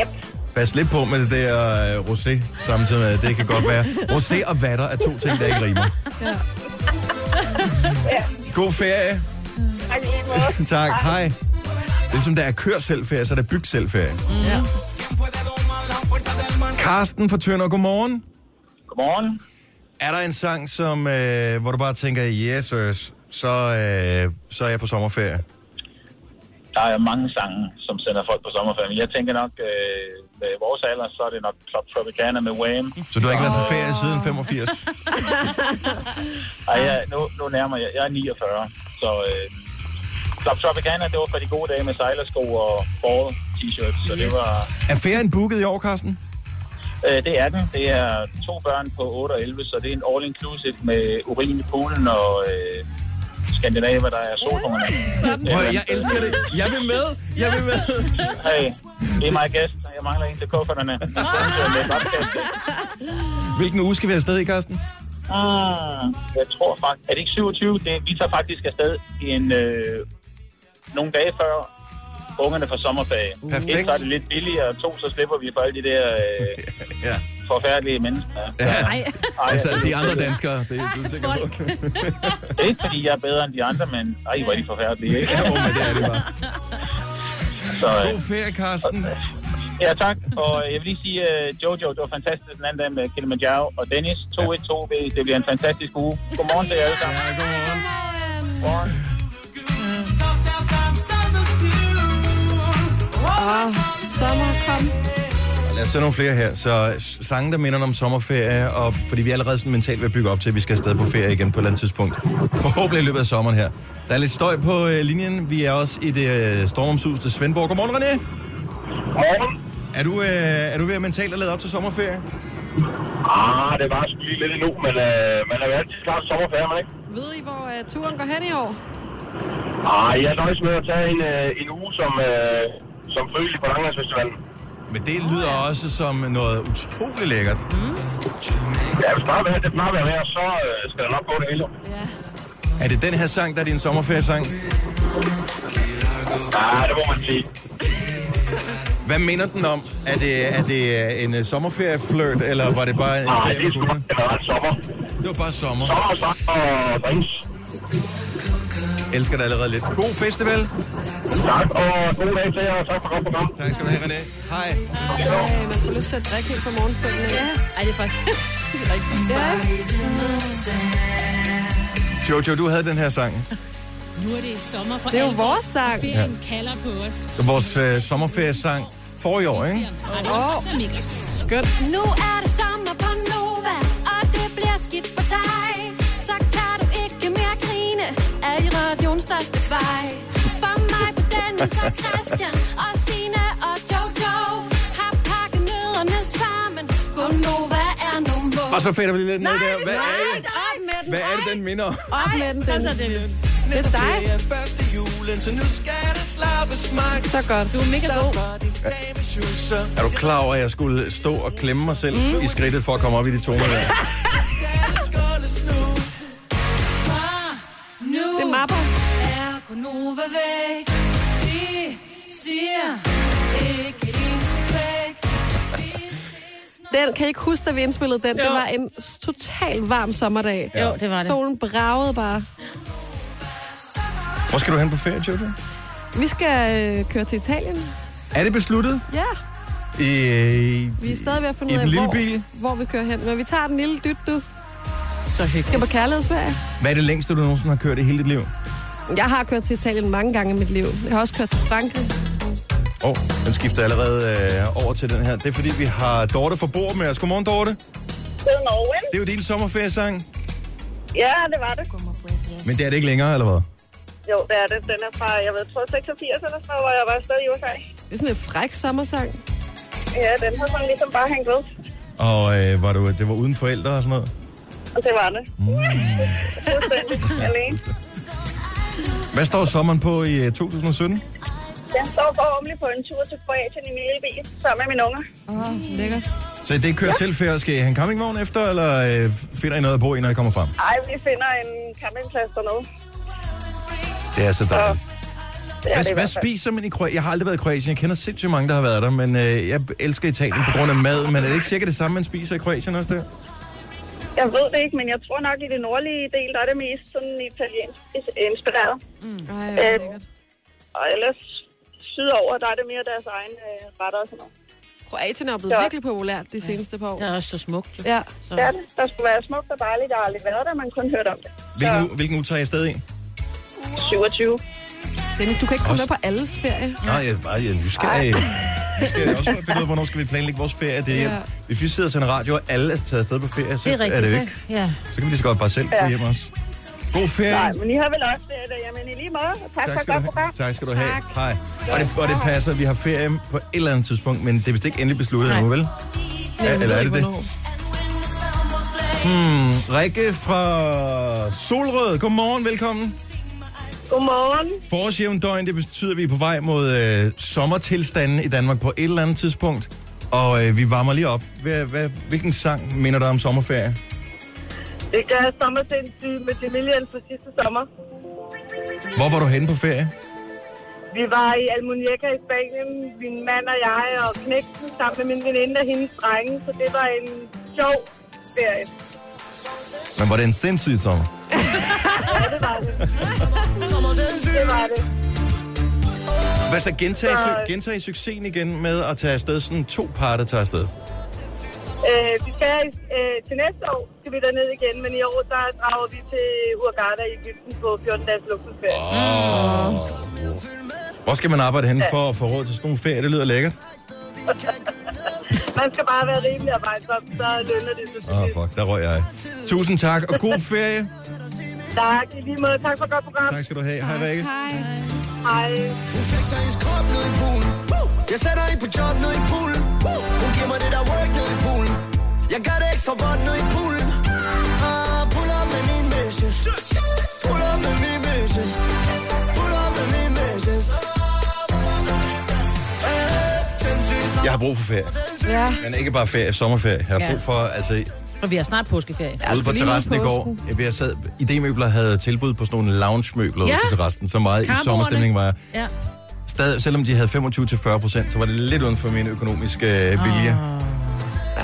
Speaker 7: Yep.
Speaker 1: Pas lidt på med det der øh, rosé samtidig med. Det kan godt være. Rosé og vatter er to ting, der ikke rimer. God ferie.
Speaker 7: Tak i lige måde.
Speaker 1: tak. Hej. Det er ligesom, der er kør selvferie, så er der byg selvferie. Mm. Karsten fra Tønder, godmorgen.
Speaker 6: Godmorgen.
Speaker 1: Er der en sang, som, øh, hvor du bare tænker, yes, yes så, øh, så er jeg på sommerferie?
Speaker 6: Der er mange sange, som sender folk på sommerferie. Men jeg tænker nok, øh, med vores alder, så er det nok Club Tropicana med Wham.
Speaker 1: Så du har ikke været på ferie siden 85?
Speaker 6: Ej, ja, nu, nu nærmer jeg. Jeg er 49, så øh, Club Tropicana, det var for de gode dage med sejlersko og ball t-shirts. Så det var,
Speaker 1: Er ferien booket i år, Karsten?
Speaker 6: øh, det er den. Det er to børn på 8 og 11, så det er en all-inclusive med urin i poolen og øh, Skandinaver, der er solhungerne.
Speaker 1: Prøv, jeg elsker det. Jeg vil med. Jeg vil med.
Speaker 6: Hey, det er mig gæst, og jeg mangler en til kufferterne.
Speaker 1: Hvilken uge skal vi afsted i, Karsten?
Speaker 6: Ah, jeg tror faktisk... Er det ikke 27? Det, vi tager faktisk afsted i en, øh, nogle dage før ungerne får sommerferie.
Speaker 1: Perfekt.
Speaker 6: Et, så er det lidt billigere, og to, så slipper vi for alle de der øh,
Speaker 1: Ja.
Speaker 6: forfærdelige mennesker.
Speaker 1: ja.
Speaker 2: Ej,
Speaker 6: Ej,
Speaker 1: Altså,
Speaker 6: jeg-
Speaker 1: de andre danskere. Det, du er sikker på.
Speaker 2: folk.
Speaker 6: Det er ikke, fordi jeg er bedre end de andre, men ej, hvor er de forfærdelige. ikke?
Speaker 1: Ja, jo, men det er det bare.
Speaker 6: Så, øh,
Speaker 1: God ferie, Karsten.
Speaker 6: ja, tak. Og øh, jeg vil lige sige, øh, Jojo, det var fantastisk den anden dag med Kilimanjaro og Dennis. 2-1-2B, det bliver en fantastisk uge. Godmorgen til jer alle sammen.
Speaker 1: Ja, godmorgen.
Speaker 6: Godmorgen.
Speaker 3: Åh, Ah, sommer, kom.
Speaker 1: Lad os tage nogle flere her. Så s- sange, der minder om sommerferie, og fordi vi er allerede sådan mentalt ved at bygge op til, at vi skal afsted på ferie igen på et eller andet tidspunkt. Forhåbentlig i løbet af sommeren her. Der er lidt støj på øh, linjen. Vi er også i det øh, stormomsuste Svendborg. Godmorgen, René.
Speaker 6: Godmorgen.
Speaker 1: Er du, øh, er du ved at mentalt at lade op til sommerferie?
Speaker 8: Ah, det var sgu lige lidt endnu, men øh, man er jo altid klar til sommerferie, er man ikke?
Speaker 3: Ved I, hvor uh, turen går hen i år?
Speaker 8: Ah, jeg nøjes med at tage en, øh, en uge som, øh, som frivillig på Langlandsfestivalen.
Speaker 1: Men det lyder også som noget utrolig lækkert.
Speaker 8: Ja, hvis bare vejret- det bare være værd, så øh, skal der nok gå det hele.
Speaker 3: Ja.
Speaker 1: Er det den her sang, der er din sommerferiesang?
Speaker 8: Ah, det må man sige.
Speaker 1: Hvad minder den om? Er det, er det øh, en øh, sommerferieflirt, eller var det bare en
Speaker 8: Ah, det
Speaker 1: ferie
Speaker 8: er
Speaker 1: med
Speaker 8: sgu
Speaker 1: gutterne?
Speaker 8: generelt sommer.
Speaker 1: Det var bare sommer.
Speaker 8: Sommer og sang og drinks.
Speaker 1: Et elsker det allerede lidt. God festival.
Speaker 10: Tak, og god dag til jer, og tak for godt program.
Speaker 1: Tak skal du have, René. Hej.
Speaker 3: Ej, Øh, man får lyst til at drikke helt fra morgenstunden. af.
Speaker 2: Ja. Ej, det er faktisk... det er rigtigt.
Speaker 1: Jojo, du havde den her sang.
Speaker 5: Nu er det sommer for
Speaker 3: Det er jo
Speaker 5: alvor,
Speaker 3: vores sang.
Speaker 5: og Ferien kalder på os. Vi
Speaker 1: Vores øh, sommerferiesang for i år, ikke?
Speaker 5: siger Adios, amigos.
Speaker 3: Skønt.
Speaker 11: Nu er det sommer på Nova, og det bliver skidt for dig. Så kan du ikke mere grine af i radioens største vej. For mig på Dennis og Christian og Sine og Jojo har pakket nødderne sammen. Gunova er nummer.
Speaker 1: Og så fader vi lidt ned der. Hvad er,
Speaker 3: Nej,
Speaker 1: det,
Speaker 3: op med den.
Speaker 1: hvad er det, den minder om?
Speaker 3: Op med den,
Speaker 2: Kom så,
Speaker 3: Dennis.
Speaker 2: Dennis.
Speaker 3: Det er dig.
Speaker 12: første julen, så nu skal der slappes mig.
Speaker 3: Så godt.
Speaker 2: Du er mega god.
Speaker 1: Er du klar over, at jeg skulle stå og klemme mig selv mm. i skridtet for at komme op i de toner der?
Speaker 5: Nu
Speaker 3: Det er mapper.
Speaker 5: er Gunova væk. Vi siger ikke et eneste kvæk. Vi ses når-
Speaker 3: Den, kan I ikke huske, da vi indspillede den? Jo. Det
Speaker 2: Jo.
Speaker 3: var en s- total varm sommerdag.
Speaker 2: Jo, det var det.
Speaker 3: Solen bragede bare.
Speaker 1: Hvor skal du hen på ferie, Jojo?
Speaker 3: Vi skal øh, køre til Italien.
Speaker 1: Er det besluttet?
Speaker 3: Ja,
Speaker 1: I, øh,
Speaker 3: vi er stadig ved at finde
Speaker 1: I
Speaker 3: ud af,
Speaker 1: den lille
Speaker 3: hvor,
Speaker 1: bil?
Speaker 3: hvor vi kører hen. Men vi tager den lille dyt, du.
Speaker 2: Så
Speaker 3: Skal
Speaker 2: hyggeligt.
Speaker 3: på kærlighedsferie.
Speaker 1: Hvad er det længste, du nogensinde har kørt i hele dit liv?
Speaker 3: Jeg har kørt til Italien mange gange i mit liv. Jeg har også kørt til Frankrig.
Speaker 1: Åh, oh, den skifter allerede øh, over til den her. Det er fordi, vi har Dorte fra Bor med os. Godmorgen, Dorte. Det
Speaker 13: Godmorgen.
Speaker 1: er jo din sommerferiesang.
Speaker 13: Ja, det var det.
Speaker 1: Men det er det ikke længere, eller hvad?
Speaker 13: Jo, det er det. Den er fra, jeg ved, 86 eller sådan noget, hvor jeg var afsted i USA.
Speaker 3: Det er sådan en fræk sommersang.
Speaker 13: Ja, den har man ligesom bare hængt ved.
Speaker 1: Og øh, var du, det var uden forældre og sådan noget?
Speaker 13: Og det var det. Fuldstændig alene.
Speaker 1: Hvad står sommeren på i øh, 2017?
Speaker 13: Jeg står forhåbentlig på en tur til Kroatien i min lille bil, sammen med mine unger.
Speaker 3: Åh, oh, lækkert.
Speaker 1: Så det kører ja. selvfærd. Skal I have en campingvogn efter, eller øh, finder I noget at bo i, når I kommer frem?
Speaker 13: Ej, vi finder en campingplads dernede.
Speaker 1: Det er så dejligt.
Speaker 13: Det
Speaker 1: Hvad,
Speaker 13: det
Speaker 1: hvad
Speaker 13: i hvert fald.
Speaker 1: spiser man i Kroatien? Jeg har aldrig været i Kroatien. Jeg kender sindssygt mange, der har været der, men øh, jeg elsker Italien på grund af mad. Men er det ikke sikkert det samme, man spiser i Kroatien også der?
Speaker 13: Jeg ved det ikke, men jeg tror nok, i det nordlige del, der er det mest sådan italiensk inspireret.
Speaker 2: Mm.
Speaker 3: Ej, hvor
Speaker 13: Øh.
Speaker 3: lækkert.
Speaker 13: Og ellers sydover, der er det mere deres egne øh, retter og sådan noget.
Speaker 3: Kroatien er jo blevet
Speaker 13: Ja.
Speaker 3: virkelig populært de seneste par år.
Speaker 2: Det er også så smukt. Jo.
Speaker 3: Ja.
Speaker 2: Så.
Speaker 13: Det er det. Der skulle være smukt og dejligt. Jeg har aldrig været der, man kun hørt om det.
Speaker 1: Hvilken, u- hvilken uge tager I afsted i?
Speaker 13: 27.
Speaker 3: Dennis, du kan ikke komme
Speaker 1: Også-
Speaker 3: med på alles ferie.
Speaker 1: Nej, jeg er bare jeg er nysgerrig. Nysgerrig også for at finde ud af, hvornår skal vi planlægge vores ferie. Det,
Speaker 3: Ja.
Speaker 1: ja. Hvis vi sidder og sender radio, og alle er taget afsted på ferie, så
Speaker 2: Det er rigtigt,
Speaker 1: det jo
Speaker 2: så.
Speaker 1: ikke.
Speaker 2: Ja.
Speaker 1: Så kan vi lige så godt bare selv ja. hjem også. God ferie.
Speaker 13: Nej, men I har vel også det, jamen i lige måde. Tak, tak for et
Speaker 1: skal
Speaker 13: godt
Speaker 1: du
Speaker 13: program.
Speaker 1: have. Tak skal du have. Hej. Og det, og det passer, at vi har ferie på et eller andet tidspunkt, men det er vist ikke endelig besluttet
Speaker 2: Nej.
Speaker 1: endnu, vel? Ja,
Speaker 3: Jeg
Speaker 1: eller
Speaker 3: ved
Speaker 1: er det
Speaker 3: ikke,
Speaker 1: det?
Speaker 3: hvornår.
Speaker 1: Hmm, Rikke fra Solrød. Godmorgen, velkommen.
Speaker 13: Godmorgen.
Speaker 1: Forårsjævndøgn, det betyder, at vi er på vej mod øh, sommertilstanden i Danmark på et eller andet tidspunkt. Og øh, vi varmer lige op. Hvad, hvad, hvilken sang minder dig om sommerferie?
Speaker 13: Det gør sommersindssyg med Jamilian på sidste sommer.
Speaker 1: Hvor var du henne på ferie?
Speaker 13: Vi var i Almunieca i Spanien, min mand og jeg, og knægten sammen med min veninde og hendes drenge. Så det var en sjov ferie.
Speaker 1: Men var det en sindssyg sommer?
Speaker 13: Det var det. det var det.
Speaker 1: Hvad så, gentag,
Speaker 13: Så-
Speaker 1: su- gentag succesen igen med at tage afsted? Sådan to parter tager afsted.
Speaker 13: Øh, vi skal øh, til næste år, skal vi derned igen, men i år, der drager vi til Urgada i Egypten på 14 dages luksusferie.
Speaker 1: Hvor skal man arbejde hen for at få råd til sådan nogle ferie? Det lyder lækkert.
Speaker 13: Man skal bare være rimelig arbejdsom, så lønner det sig. til
Speaker 1: Åh, oh,
Speaker 13: sidst.
Speaker 1: fuck, der røg jeg. Tusind tak, og god ferie.
Speaker 13: Tak, i lige måde. Tak for et godt program.
Speaker 1: Tak skal du have. Hej, Rikke.
Speaker 3: Hej.
Speaker 13: Hej.
Speaker 12: Hun fik sig hendes krop ned i poolen. Jeg sætter hende på job ned i poolen. Hun giver mig det der work ned i poolen. Jeg gør det ekstra vådt ned i poolen. Ah, pull up med min missus. Pull up med min missus. Pull up med min missus. Ah, sindssyg
Speaker 1: Jeg har brug for ferie.
Speaker 3: Ja.
Speaker 1: Men ikke bare ferie, sommerferie. Jeg har
Speaker 2: Ja.
Speaker 1: brug for, altså,
Speaker 2: For vi har snart påskeferie.
Speaker 1: ude på
Speaker 3: skal lige nå
Speaker 1: terrassen i går,
Speaker 3: påsken.
Speaker 1: jeg, jeg sad, idémøbler havde tilbud på sådan nogle lounge-møbler ja.
Speaker 2: Ja.
Speaker 1: på terrassen. Så meget i sommerstemning var jeg.
Speaker 2: Ja.
Speaker 1: Stadig, selvom de havde 25-40 procent, så var det lidt uden for min økonomiske øh, vilje.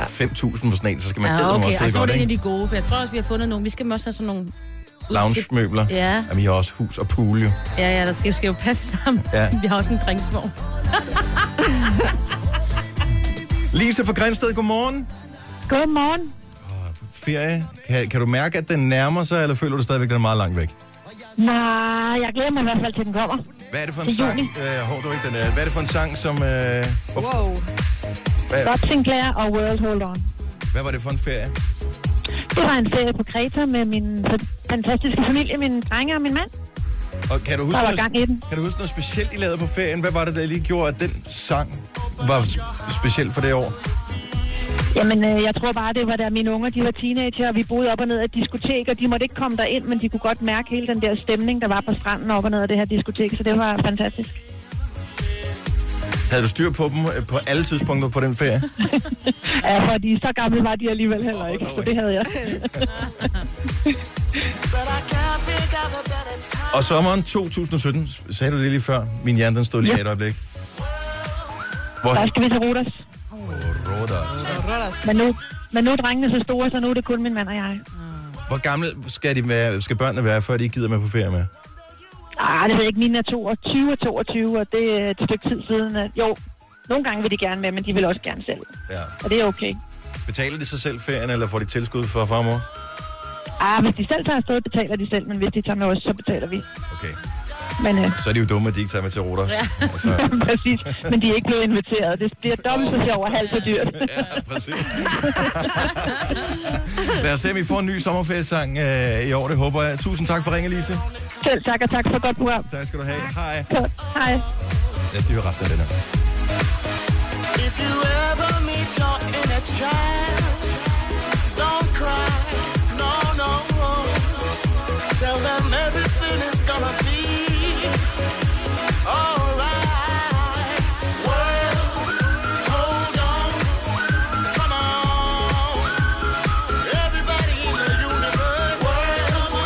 Speaker 1: 5.000 på sådan en, så skal man
Speaker 2: Ah. Ja, Ah,
Speaker 1: eddermame
Speaker 2: okay.
Speaker 1: også
Speaker 2: Og
Speaker 1: sidde
Speaker 2: så er
Speaker 1: godt,
Speaker 2: det en af
Speaker 1: ikke?
Speaker 2: de gode, for jeg tror også, vi har fundet nogle. Vi skal også have sådan nogle
Speaker 1: lounge-møbler.
Speaker 2: Ja.
Speaker 1: Jamen, I har også hus og pool, jo.
Speaker 2: Ja, ja, der skal, skal jo passe sammen.
Speaker 1: Ja.
Speaker 2: Vi har også en drinksvogn.
Speaker 1: Lisa fra Grænsted, godmorgen.
Speaker 13: Godmorgen.
Speaker 1: Ferie. Kan, kan du mærke, at den nærmer sig, eller føler du stadigvæk, at den er meget langt væk?
Speaker 13: Nej, jeg glæder mig i hvert fald til, den kommer.
Speaker 1: Hvad er det for en
Speaker 13: I
Speaker 1: sang?
Speaker 13: juni.
Speaker 1: Øh, hov, du er ikke den er. Hvad er det for en sang, som... Øh, hvor,
Speaker 13: Wow.
Speaker 1: hvad,
Speaker 13: Bob Sinclair og World Hold On.
Speaker 1: hvad var det for en ferie?
Speaker 13: Det var en ferie på Kreta med min fa- fantastiske familie, mine drenge og min mand.
Speaker 1: Og kan du huske,
Speaker 13: Der var
Speaker 1: noget,
Speaker 13: gang i den.
Speaker 1: kan du huske noget specielt, I lavede på ferien? Hvad var det, der lige gjorde, at den sang var sp- speciel for det år?
Speaker 13: Jamen, øh, jeg tror bare, det var da mine unger, de var teenager, og vi boede op og ned af et diskotek, og de måtte ikke komme derind, men de kunne godt mærke hele den der stemning, der var på stranden op og ned af det her diskotek, så det var fantastisk.
Speaker 1: Havde du styr på dem øh, på alle tidspunkter på den ferie?
Speaker 13: Ja, fordi så gamle var de alligevel heller ikke, så det havde jeg.
Speaker 1: Og sommeren 2017, sagde du det lige før? Min hjerne, den stod lige ja. et øjeblik. Hvor
Speaker 13: Der skal vi til Rodas.
Speaker 1: Rodas.
Speaker 13: Altså, Men nu, men nu er drengene så store, så nu er det kun min mand og jeg.
Speaker 1: Hvor gammel skal, de være, skal børnene være, før de gider med på ferie med?
Speaker 13: Ah, det ved jeg ikke. Mine er 22 og 22, og det er et stykke tid siden. at- Jo, nogle gange vil de gerne med, men de vil også gerne selv.
Speaker 1: Ja.
Speaker 13: Og det er okay.
Speaker 1: Betaler de sig selv ferien, eller får de tilskud fra farmor?
Speaker 13: Ah, hvis de selv tager afsted, betaler de selv, men hvis de tager med os, så betaler vi.
Speaker 1: Okay.
Speaker 13: Men, øh,
Speaker 1: Så er de jo dumme, at de ikke tager med til Rodas. Ja. Altså,
Speaker 13: præcis. Men de er ikke blevet inviteret. Det bliver dobbelt så sjovt og halvt så dyrt.
Speaker 1: ja, præcis. lad os se, om I får en ny sommerferiesang øh, i år, det håber jeg. Tusind tak for ringen, Lise.
Speaker 13: selv tak, og tak for et godt program.
Speaker 1: Tak skal du have. Hej.
Speaker 13: Godt. Hej.
Speaker 1: Lad os lige høre resten af den her.
Speaker 12: If you ever meet your inner child, don't cry, no, no, no. Tell them everything is gonna be alright. World, hold on, come on. Everybody in the universe, world,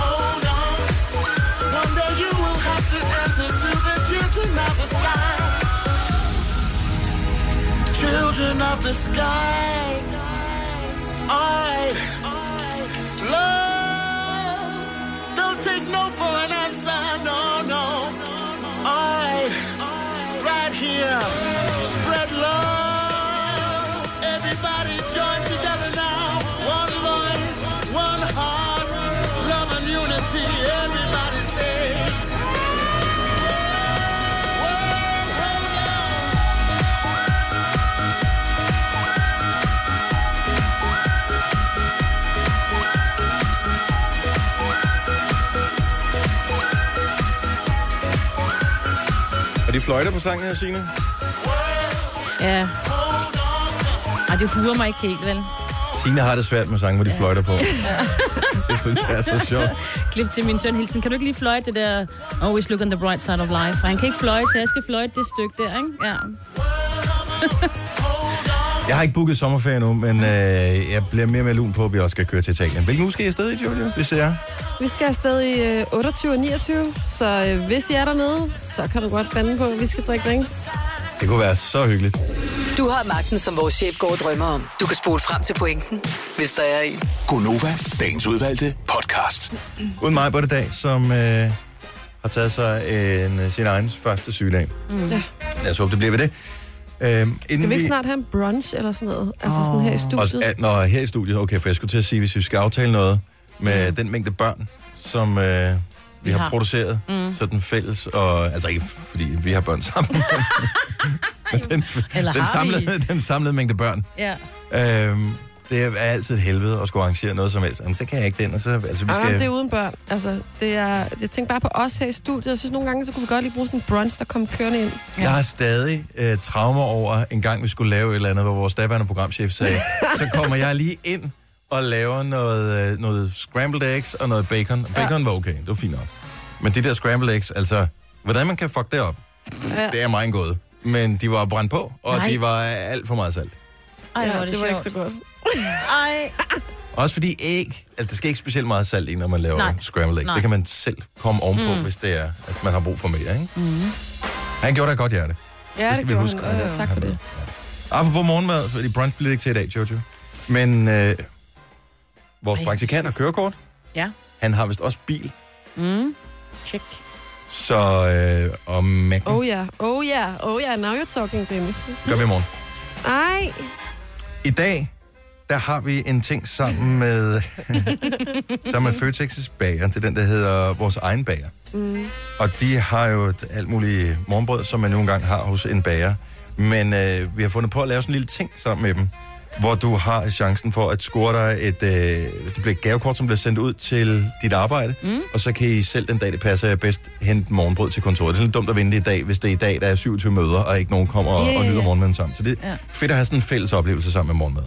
Speaker 12: hold on. One day you will have to answer to the children of the sky children of the sky. I love. Don't take no for an answer. No, no. I right here. Spread love. Everybody join together now. One voice, one heart. Love and unity. Everybody say. Well, hold on.
Speaker 1: Og de fløjter på sangen her, Signe?
Speaker 2: Ja. Ej, det huer mig ikke helt, vel?
Speaker 1: Signe har det svært med sange, hvor de fløjter på. Det synes jeg er så sjovt.
Speaker 2: Klip til min søn Hilsen. Kan du ikke lige fløjte det der Always Look on the Bright Side of Life? For han kan ikke fløjte, så jeg skal fløjte det stykke der, ikke? Ja.
Speaker 1: Jeg har ikke booket sommerferie nu, men øh, jeg bliver mere med lun på, at vi også skal køre til Italien. Hvilken uge skal I afsted i, Julia, hvis jeg er?
Speaker 3: Vi skal afsted i øh, 28 og 29, så øh, hvis I er dernede, så kan du godt bande på, at vi skal drikke drinks.
Speaker 1: Det kunne være så hyggeligt.
Speaker 5: Du har magten, som vores chef går og drømmer om. Du kan spole frem til pointen, hvis der er en.
Speaker 14: Gonova, dagens udvalgte podcast.
Speaker 1: Uden mig på det dag, som øh, har taget sig en, øh, sin egen første sygedag.
Speaker 3: Mm. Ja.
Speaker 1: Lad os håbe, det bliver ved det. Øhm,
Speaker 3: Skal vi ikke snart have en brunch eller sådan noget? Altså sådan her i
Speaker 1: Også,
Speaker 3: studiet?
Speaker 1: at, nå, her i studiet, okay, for jeg skulle til at sige, hvis vi skal aftale noget med den mængde børn, som øh, vi, vi har,
Speaker 2: har.
Speaker 1: produceret,
Speaker 2: Mm.
Speaker 1: mm. så den fælles, og, altså ikke fordi vi har børn sammen, men den,
Speaker 2: Eller
Speaker 1: den,
Speaker 2: har vi?
Speaker 1: samlede, den samlede mængde børn.
Speaker 2: Ja.
Speaker 1: Øhm, det er altid et helvede at skulle arrangere noget som helst. Jamen, så kan jeg ikke den, og så... Altså, vi
Speaker 3: Ej,
Speaker 1: skal...
Speaker 3: Ah, det er uden børn. Altså, det er, jeg tænker bare på os her i studiet. Jeg synes nogle gange, så kunne vi godt lige bruge sådan en brunch, der kom kørende ind.
Speaker 1: Jeg har stadig øh, traumer over, en gang vi skulle lave et eller andet, hvor vores daværende programchef sagde, så kommer jeg lige ind og laver noget, øh, noget scrambled eggs og noget bacon. Bacon var okay, det var fint nok. Men det der scrambled eggs, altså, hvordan man kan fuck det op,
Speaker 3: Ja.
Speaker 1: det er mig en gåde. Men de var brændt på, og
Speaker 2: Nej.
Speaker 1: de var alt for meget salt.
Speaker 2: Ej,
Speaker 3: Ja,
Speaker 2: hvor er det,
Speaker 3: det var
Speaker 2: sjovt.
Speaker 3: ikke så godt.
Speaker 2: Ej,
Speaker 1: Også fordi æg, altså der skal ikke specielt meget salt i, når man laver
Speaker 2: Nej.
Speaker 1: scrambled eggs.
Speaker 2: Nej.
Speaker 1: Det kan man selv komme ovenpå,
Speaker 2: Mm.
Speaker 1: mm. hvis det er, at man har brug for mere, ikke? Mm. Han gjorde da et godt hjerte.
Speaker 3: Ja,
Speaker 1: skal
Speaker 3: det, er det
Speaker 1: vi
Speaker 3: gjorde
Speaker 1: huske.
Speaker 3: han. Og, ja, tak for det.
Speaker 1: Apropos morgenmad, fordi brunch bliver det ikke til i dag, Jojo. Men øh, vores praktikant har kørekort.
Speaker 2: Ja.
Speaker 1: Han har vist også bil,
Speaker 3: Mm. Check.
Speaker 1: så øh, og Mac'en
Speaker 3: Oh yeah, oh yeah, oh yeah, now you're talking, Dennis.
Speaker 1: gør vi i morgen.
Speaker 3: Ej.
Speaker 1: I dag, der har vi en ting sammen med, sammen med Føtex's bager. Det er den, der hedder vores egen bager.
Speaker 12: Mm.
Speaker 1: Og de har jo et alt muligt morgenbrød, som man nogle gange har hos en bager. Men øh, vi har fundet på at lave sådan en lille ting sammen med dem, hvor du har chancen for at score dig et, øh, det bliver et gavekort, som bliver sendt ud til dit arbejde. Mm. Og så kan I selv den dag, det passer jer bedst, hente morgenbrød til kontoret. Det er lidt dumt at vente i dag, hvis det er i dag, der er 27 møder, og ikke nogen kommer og,
Speaker 13: Ja,
Speaker 1: og
Speaker 13: ja,
Speaker 1: nyder
Speaker 13: ja.
Speaker 1: morgenmaden sammen. Så det er
Speaker 13: Ja.
Speaker 1: fedt at have sådan en fælles oplevelse sammen med morgenmad.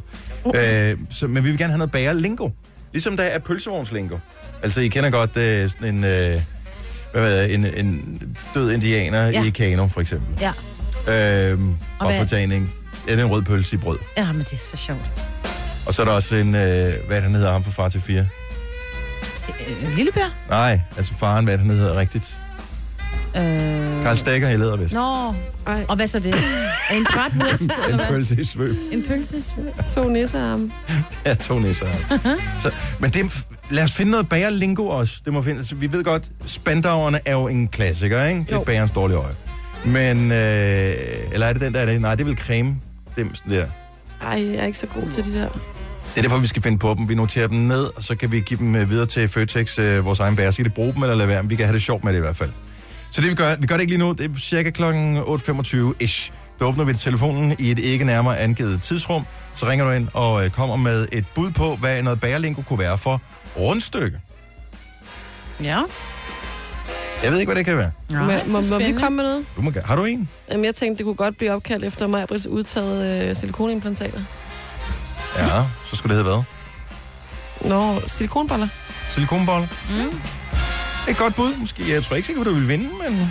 Speaker 1: Okay. Øh, så, men vi vil gerne have noget bagerlingo. Ligesom der er pølsevognslingo. Altså, I kender godt øh, sådan en... Øh, hvad ved jeg, en, en død indianer
Speaker 2: Ja.
Speaker 1: ja. i Kano, for eksempel.
Speaker 2: Ja.
Speaker 1: Øhm,
Speaker 2: Og
Speaker 1: og
Speaker 2: hvad-
Speaker 1: fortagning. Ja, det er en rød pølse i brød.
Speaker 2: Ja, men det er så sjovt.
Speaker 1: Og så er der også en, øh, hvad er det, han hedder ham fra Far til 4?
Speaker 2: Øh, Lillebær?
Speaker 1: Nej, altså faren, hvad er det, han hedder rigtigt?
Speaker 2: Øh...
Speaker 1: Karl Stegger i Lædervest.
Speaker 2: Nå, og hvad så det? Er en bratwurst, eller
Speaker 1: en
Speaker 2: hvad?
Speaker 1: pølse i svøb.
Speaker 2: En pølses...
Speaker 3: To nissearme.
Speaker 1: Ja, to nisser. så, men det, lad os finde noget bagerlingo også. Det må findes. Vi ved godt, spandauerne er jo en klassiker, ikke? Det er bagerens dårlige øje. Men, øh, eller er det den der? er det? Nej, det er vel creme. Dimsen der.
Speaker 3: Ej, jeg er ikke så god til de der.
Speaker 1: Det er derfor, vi skal finde på dem. Vi noterer dem ned, og så kan vi give dem øh, videre til Føtex, øh, vores egen bærer. Så kan de bruge dem eller lade være, men vi kan have det sjovt med det i hvert fald. Så det vi gør, vi gør det ikke lige nu, det er cirka kl. 8.25-ish. Der åbner vi telefonen i et ikke nærmere angivet tidsrum. Så ringer du ind og øh, kommer med et bud på, hvad noget bagerlingo kunne være for rundstykke.
Speaker 2: Ja.
Speaker 1: Jeg ved ikke, hvad det kan være.
Speaker 3: Må, må, må vi komme med noget?
Speaker 1: Du må, gerne- har du en?
Speaker 3: Jamen, jeg tænkte, det kunne godt blive opkaldt efter mig, Brits udtaget øh, silikonimplantater.
Speaker 1: Ja, så skulle det hedde hvad?
Speaker 3: Nå, silikonboller.
Speaker 1: Silikonbolle? Mm. Et godt bud, måske. Jeg tror ikke sikkert, du vil vinde, men...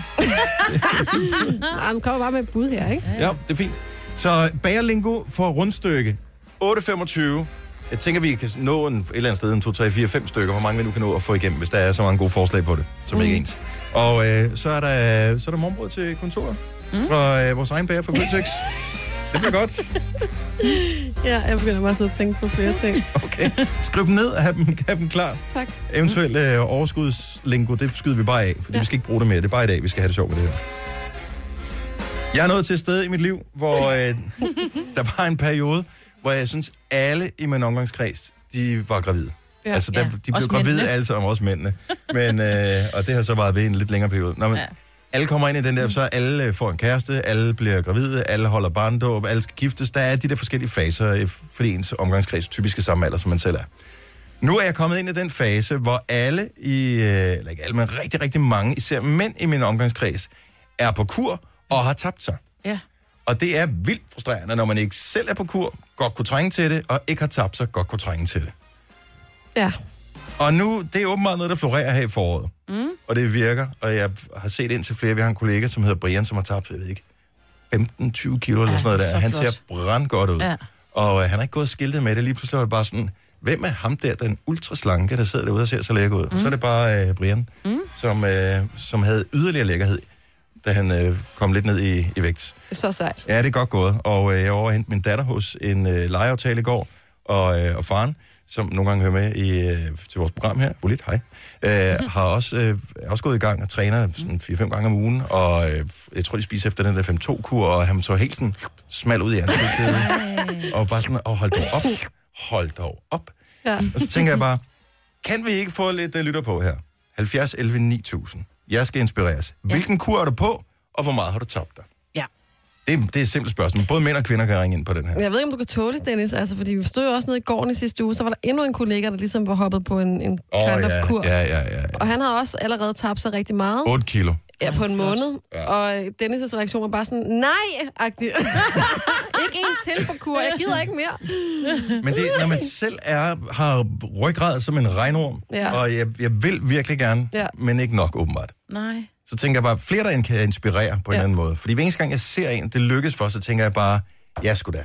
Speaker 3: Nej, nu kommer bare med et bud her, ikke?
Speaker 1: Ja, det er fint. Så øh, bagerlingo for rundstykke. 8,25. Jeg tænker, vi kan nå en, et eller andet sted en 2, 3, 4, 5 stykker. Hvor mange vi nu kan nå at få igennem, hvis der er så mange gode forslag på det, som mm. ikke er ens. Og øh, så, er der, så er der morgenbrød til kontoret mm. fra øh, vores egen bager fra Føtex. det bliver godt.
Speaker 3: Ja, jeg begynder bare at sidde og tænke på flere ting.
Speaker 1: Okay. Skriv dem ned og have dem, have dem klar.
Speaker 3: Tak.
Speaker 1: Eventuelt
Speaker 13: Mm.
Speaker 1: øh, overskudslingo, det skyder vi bare af, fordi ja. vi skal ikke bruge det mere. Det er bare i dag, vi skal have det sjovt med det her. Jeg er nået til et sted i mit liv, hvor øh, der var en periode, hvor jeg synes, alle i min omgangskreds, de var gravide.
Speaker 13: Ja.
Speaker 1: Ja. Altså, der,
Speaker 13: Ja.
Speaker 1: de blev
Speaker 13: Også
Speaker 1: gravide
Speaker 13: mændene.
Speaker 1: alle sammen, også mændene. Men, øh, og det har så været ved en lidt længere periode. Nå, men,
Speaker 13: Ja.
Speaker 1: ja. Alle kommer ind i den der, så alle øh, får en kæreste, alle bliver gravide, alle holder barndåb, alle skal giftes. Der er de der forskellige faser, øh, fordi ens omgangskreds typisk er samme alder, som man selv er. Nu er jeg kommet ind i den fase, hvor alle i, øh, eller ikke alle, men rigtig, rigtig mange, især mænd i min omgangskreds, er på kur og har tabt sig.
Speaker 2: Ja.
Speaker 1: Og det er vildt frustrerende, når man ikke selv er på kur, godt kunne trænge til det, og ikke har tabt sig, godt kunne trænge til det.
Speaker 3: Ja.
Speaker 1: Og nu, det er åbenbart noget, der florerer her i foråret.
Speaker 3: Mm.
Speaker 1: Og det virker, og jeg har set indtil flere, vi har en kollega, som hedder Brian, som har tabt, jeg ved ikke, 15-20 kilo eller
Speaker 13: Ja,
Speaker 1: sådan noget
Speaker 13: så
Speaker 1: der. Han
Speaker 13: flot.
Speaker 1: ser brandgodt ud.
Speaker 13: Ja.
Speaker 1: Og øh, han har ikke gået skiltet med det. Lige pludselig var det bare sådan, hvem er ham der, den ultraslanke, der sidder derude og ser så lækker ud? Mm. Så er det bare øh, Brian, mm. som, øh, som havde yderligere lækkerhed, da han øh, kom lidt ned i, i vægt.
Speaker 3: Så sejt.
Speaker 1: Ja, det er godt gået. Og øh, jeg overhentede min datter hos en øh, legeaftale i går, og, øh, og faren, som nogle gange hører med i, øh, til vores program her, Bolit, hej, øh, har også, øh, er også gået i gang og træner sådan 4-5 gange om ugen, og øh, jeg tror, de spiser efter den der 5-2-kur, og han så helt sådan smal ud i ansigtet, og bare sådan, og hold dog op, hold dog op.
Speaker 3: Ja.
Speaker 1: Og så tænker jeg bare, kan vi ikke få lidt øh, lytter på her? 70 11 9000. Jeg skal inspireres. Hvilken kur er du på, og hvor meget har du tabt dig?
Speaker 2: Ja.
Speaker 1: Det, er- det er et simpelt spørgsmål. Både mænd og kvinder kan ringe ind på den her.
Speaker 3: Jeg ved ikke, om du kan tåle det, Dennis, altså, fordi vi stod jo også nede i gården i sidste uge, så var der endnu en kollega, der ligesom var hoppet på en, en
Speaker 1: Åh,
Speaker 3: kind
Speaker 1: ja,
Speaker 3: of kur.
Speaker 1: ja, ja, ja.
Speaker 3: Og han havde også allerede tabt sig rigtig meget.
Speaker 1: 8 kilo.
Speaker 2: Mm.
Speaker 3: Ja, på en måned.
Speaker 1: Ja.
Speaker 3: Ja. Og øh, Dennis' reaktion var bare sådan, nej-agtig. ikke en til på kur, jeg gider ikke mere.
Speaker 1: Men det, er, når man selv er, har ryggrad som en regnorm,
Speaker 3: Ja.
Speaker 1: og jeg, jeg vil virkelig gerne,
Speaker 3: Ja.
Speaker 1: men ikke nok åbenbart.
Speaker 2: Nej.
Speaker 1: Så tænker jeg bare, flere derinde kan inspirere på en
Speaker 2: Ja.
Speaker 1: eller anden måde. Fordi hver eneste gang, jeg ser en, det lykkes for, så tænker jeg bare, ja sgu da.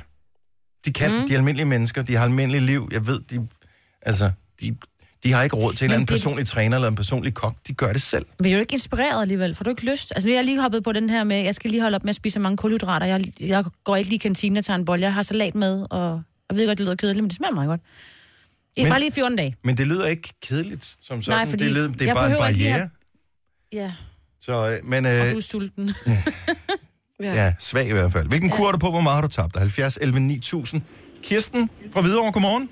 Speaker 1: De kan,
Speaker 2: Mm.
Speaker 1: mm. de er almindelige mennesker, de har almindelige liv. Jeg ved, de, altså, de, de har ikke råd til en eller anden
Speaker 2: det-
Speaker 1: personlig træner eller en personlig kok. De gør det selv.
Speaker 2: Men jeg er jo ikke inspireret alligevel, for du har ikke lyst. Altså, nu er jeg lige hoppet på den her med, jeg skal lige holde op med at spise så mange kulhydrater. Jeg, jeg går ikke lige i kantinen og tager en bolle. Jeg har salat med, og jeg ved godt, det lyder kedeligt, men det smager meget godt. Men, bare lige 14 dage.
Speaker 1: Men det lyder ikke kedeligt, som sådan.
Speaker 2: Nej, fordi
Speaker 1: det, lyder, det er
Speaker 2: jeg
Speaker 1: bare en
Speaker 2: behøver ikke lige
Speaker 1: barriere.
Speaker 2: at- Ja,
Speaker 1: Så, øh, men,
Speaker 2: og
Speaker 1: øh,
Speaker 2: du er sulten.
Speaker 1: ja. svag i hvert fald. Hvilken kur er du på? Hvor meget har du tabt? 70, 11, 9000. Kirsten fra Hvidovre, godmorgen.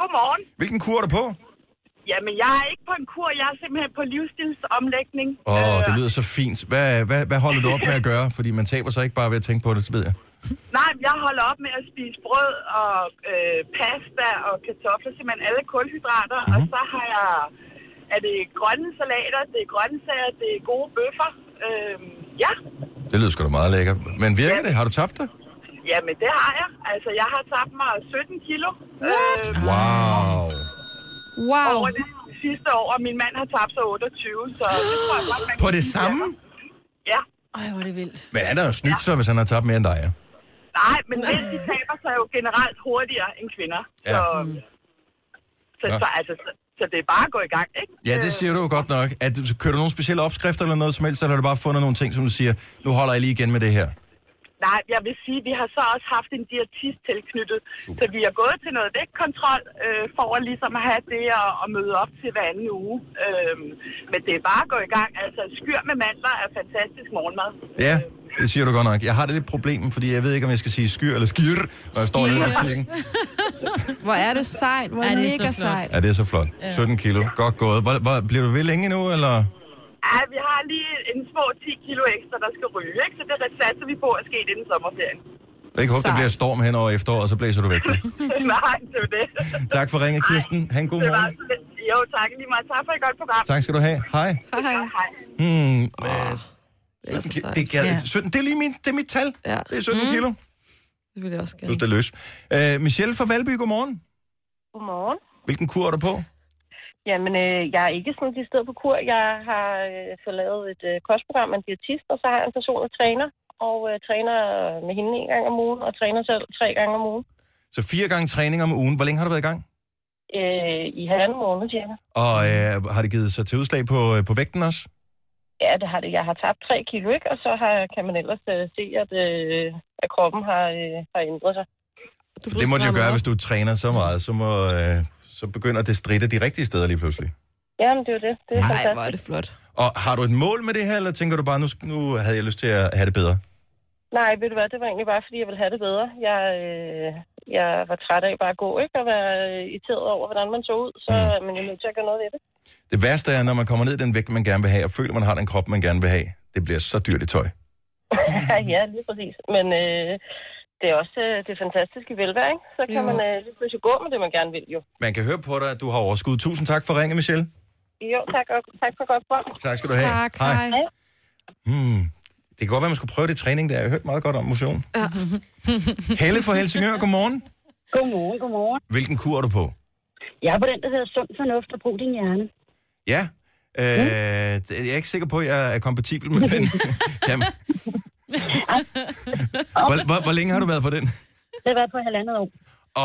Speaker 13: Godmorgen.
Speaker 1: Hvilken kur er du på?
Speaker 13: Jamen, jeg er ikke på en kur. Jeg er simpelthen på livsstilsomlægning.
Speaker 1: Åh, oh, det lyder så fint. Hvad, hvad, hvad holder du op med at gøre? Fordi man taber sig ikke bare ved at tænke på det, det ved jeg.
Speaker 13: Nej, men jeg holder op med at spise brød og øh, pasta og kartofler, simpelthen alle kulhydrater. Mm-hmm. Og
Speaker 1: Mhm.
Speaker 13: så har jeg, er det grønne salater, det er grøntsager, det er gode bøffer. Øh, ja,
Speaker 1: Det lyder sgu da meget lækkert. Men virker det? Har du tabt dig?
Speaker 13: jamen det har jeg. Altså, jeg har tabt mig 17 kilo. What? Øh,
Speaker 1: Wow.
Speaker 3: Wow.
Speaker 13: Over det sidste år, og min mand har tabt sig 28, så det tror jeg godt, man
Speaker 1: På
Speaker 13: kan
Speaker 1: det
Speaker 13: sige, altså.
Speaker 1: samme?
Speaker 13: Ja.
Speaker 2: Ej, hvor er det vildt.
Speaker 1: Men han har jo snydt sig, hvis han har tabt mere end dig. Ja.
Speaker 13: Nej, men mænd de taber sig jo generelt hurtigere end kvinder.
Speaker 1: Ja.
Speaker 13: Så, så,
Speaker 1: Nå.
Speaker 13: så, altså, så, så det er bare at gå i gang, ikke? Øh,
Speaker 1: Ja, det siger du jo godt nok. At, du- kører du nogle specielle opskrifter eller noget som helst, eller har du bare fundet nogle ting, som du siger, nu holder jeg lige igen med det her?
Speaker 13: Nej, jeg vil sige, vi har så også haft en diætist tilknyttet, Super. så vi er gået til noget vægtkontrol øh, for at ligesom at have det og, og møde op til hver anden uge. Øhm, men det er bare at gå i gang. Altså, skyr med mandler er fantastisk morgenmad.
Speaker 1: Ja, det siger du godt nok. Jeg har det lidt problem, fordi jeg ved ikke, om jeg skal sige skyr eller skyr, når jeg står i øvrigt
Speaker 3: Hvor er det sejt. Hvor
Speaker 2: Ja,
Speaker 3: er
Speaker 2: det er
Speaker 3: det
Speaker 2: så
Speaker 3: mega
Speaker 2: flot.
Speaker 3: sejt.
Speaker 1: Ja, det er så flot. 17 kilo. Godt gået. Hvor, hvor, bliver du ved længe nu, eller?
Speaker 13: Ja, vi har lige en små 10 kilo ekstra, der skal ryge, ikke? Så det satser vi på at ske inden sommerferien.
Speaker 1: Jeg kan ikke håbe, der
Speaker 13: Sej.
Speaker 1: bliver storm hen over efteråret, og så blæser du væk.
Speaker 13: Nej, det er jo det.
Speaker 1: Tak for ringet, Kirsten. Ha' en god
Speaker 13: Det var
Speaker 1: morgen.
Speaker 13: så lidt. Jo, tak lige meget. Tak for et godt program.
Speaker 1: Tak skal du have. Hej.
Speaker 13: Hej. Hej.
Speaker 1: Hmm, Ah,
Speaker 3: det er så sejt.
Speaker 1: det, gad,
Speaker 3: Ja.
Speaker 1: 17, det er lige min, det er mit tal. Ja. Det er 17
Speaker 3: Mm.
Speaker 1: kilo.
Speaker 3: Det vil jeg også
Speaker 1: Jeg
Speaker 3: gerne.
Speaker 1: synes, det er løs. Øh, Michelle fra Valby, godmorgen.
Speaker 11: Godmorgen.
Speaker 1: Hvilken kur er du på?
Speaker 11: Jamen, øh, jeg er ikke sådan et sted på kur. Jeg har øh, fået lavet et øh, kostprogram med en diætist, og så har jeg en personlig træner, og øh, træner med hende en gang om ugen, og træner selv tre gange om ugen
Speaker 1: Så fire gange træning om ugen. Hvor længe har du været i gang?
Speaker 11: øh, i halvanden måned cirka.
Speaker 1: Og øh, har det givet sig til udslag på, øh, på vægten også?
Speaker 11: Ja, det har det. Jeg har tabt tre kilo, ikke? og så har, kan man ellers øh, se, at, øh, at kroppen har, øh, har ændret sig.
Speaker 1: For det må den jo gøre, hvis du træner så meget, så, må, øh, så begynder det stritte de rigtige steder lige pludselig.
Speaker 11: Jamen, det er jo det. Det er fantastisk.
Speaker 3: hvor er det flot.
Speaker 1: Og har du et mål med det her, eller tænker du bare, nu, nu havde jeg lyst til at have det bedre?
Speaker 11: Nej, ved du hvad, det var egentlig bare, fordi jeg ville have det bedre. Jeg, øh, jeg var træt af bare at gå, ikke? Og være øh, irriteret over, hvordan man så ud. Så mm. men jeg er nødt til at gøre noget ved det.
Speaker 1: Det værste er, når man kommer ned i den vægt, man gerne vil have, og føler, man har den krop, man gerne vil have. Det bliver så dyrt i tøj.
Speaker 11: ja, lige præcis. Men øh, det er også øh, det fantastiske velvære, ikke? Så kan
Speaker 1: Jo.
Speaker 11: jo. man øh, lige pludselig gå med det, man gerne vil, jo.
Speaker 1: Man kan høre på dig, at du har overskud. Tusind tak for ringe, Michelle.
Speaker 11: Jo, tak, og, tak for godt program.
Speaker 1: Tak skal du have. Tak, Hej. hej. Hmm. Det kan godt være, man skulle prøve det træning, der jeg har hørt meget godt om motion.
Speaker 3: Ja.
Speaker 1: Ah. Helle fra Helsingør, godmorgen.
Speaker 15: Godmorgen, godmorgen.
Speaker 1: Hvilken kur er du på?
Speaker 15: Jeg er på den, der hedder sund fornuft og brug din hjerne.
Speaker 1: Ja, øh, det- jeg er ikke sikker på, at jeg er kompatibel med den. Jamen, hvor, hvor, hvor længe har du været på den?
Speaker 15: Det har været på halvandet år.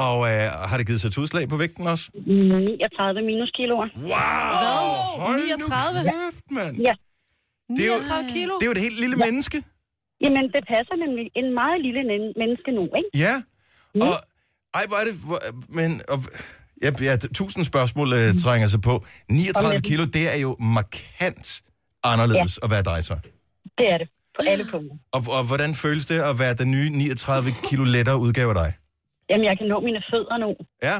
Speaker 1: Og øh, har det givet sig et udslag på vægten også?
Speaker 15: 39 minus kiloer.
Speaker 1: Wow!
Speaker 15: Hvad?
Speaker 1: Hold nu
Speaker 15: 39?
Speaker 1: kæft, mand.
Speaker 15: Ja.
Speaker 1: Det er jo-
Speaker 15: 39 kilo?
Speaker 1: Det er jo det helt lille menneske.
Speaker 15: Jamen, det passer nemlig en meget lille nen- menneske nu, ikke?
Speaker 1: Ja. Og, ej, hvor er det... Hvor, men, og, ja, ja, tusind spørgsmål øh, trænger sig på. 39 kilo, det er jo markant anderledes ja. at være dig så.
Speaker 15: Det er det, på alle punkter.
Speaker 1: Og, og hvordan føles det at være den nye 39 kilo lettere udgave af dig?
Speaker 15: Jamen, jeg kan nå mine fødder nu.
Speaker 1: Ja.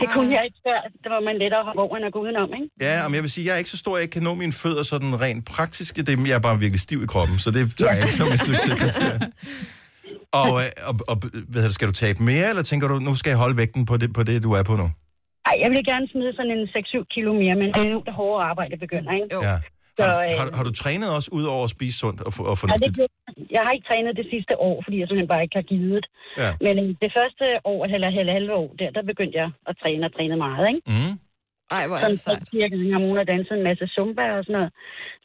Speaker 15: Det kunne jeg ikke før. Det var man lettere at hoppe over end at gå udenom, ikke?
Speaker 1: Ja, men jeg vil sige, jeg er ikke så stor, at jeg ikke kan nå mine fødder sådan rent praktisk. Det, er- jeg er bare virkelig stiv i kroppen, så det tager jeg ikke som et succeskriterie. Og, øh, og, og hvad hedder, det, skal du tabe mere, eller tænker du, nu skal jeg holde vægten på det, på det du er på nu?
Speaker 15: Ej, jeg ville gerne smide sådan en 6-7 kilo mere, men det er nu, det hårde arbejde begynder, ikke?
Speaker 1: Ja.
Speaker 15: Så,
Speaker 1: Har, du,
Speaker 15: øh,
Speaker 1: har, du- har du trænet også ud over at spise sundt og, for- og
Speaker 15: Ja, det,
Speaker 1: fornuftigt?
Speaker 15: gjorde- jeg har ikke trænet det sidste år, fordi jeg simpelthen bare ikke har givet.
Speaker 1: Ja.
Speaker 15: Men øh, det første år, eller halve, halve år, der, der begyndte jeg at træne og træne meget, ikke?
Speaker 1: Mm.
Speaker 3: Ej, hvor er
Speaker 15: Sådan
Speaker 3: det sejt.
Speaker 15: tre fire gange om ugen og dansede en masse zumba og sådan noget.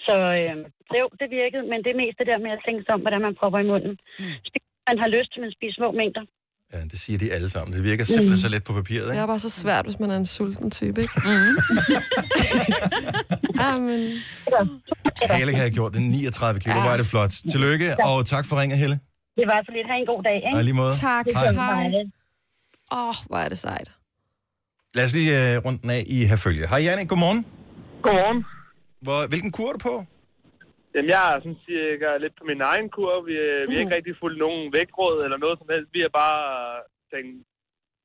Speaker 15: Så øh, jo, det virkede, men det er mest det der med at tænke sig om, hvordan man propper i munden. Mm. Man har lyst, men spise små mængder.
Speaker 1: Ja, det siger de alle sammen. Det virker
Speaker 15: Mm.
Speaker 1: simpelthen så let på papiret,
Speaker 3: Det
Speaker 1: ikke?
Speaker 3: er bare så svært, hvis man er en sulten type, ikke?
Speaker 2: Mhm.
Speaker 3: Ah, Amen.
Speaker 1: Helle kan have gjort det 39 kilo. Hvor er det flot. Tillykke, og tak for ringet, Helle.
Speaker 15: Det var så lidt. Ha' en god dag, ikke?
Speaker 1: Ja, i lige måde. Tak.
Speaker 15: Det er
Speaker 1: Hej.
Speaker 15: godt.
Speaker 3: Åh, oh, hvor er det sejt.
Speaker 1: Lad os lige uh, runde den af i herfølge. Hej Janne, godmorgen.
Speaker 16: Godmorgen.
Speaker 1: Hvor, hvilken kur er du på?
Speaker 16: Jamen, jeg er sådan cirka lidt på min egen kur. Vi, øh, vi
Speaker 1: Uh.
Speaker 16: har ikke rigtig fulgt nogen vægtråd eller noget som helst. Vi har bare øh, tænkt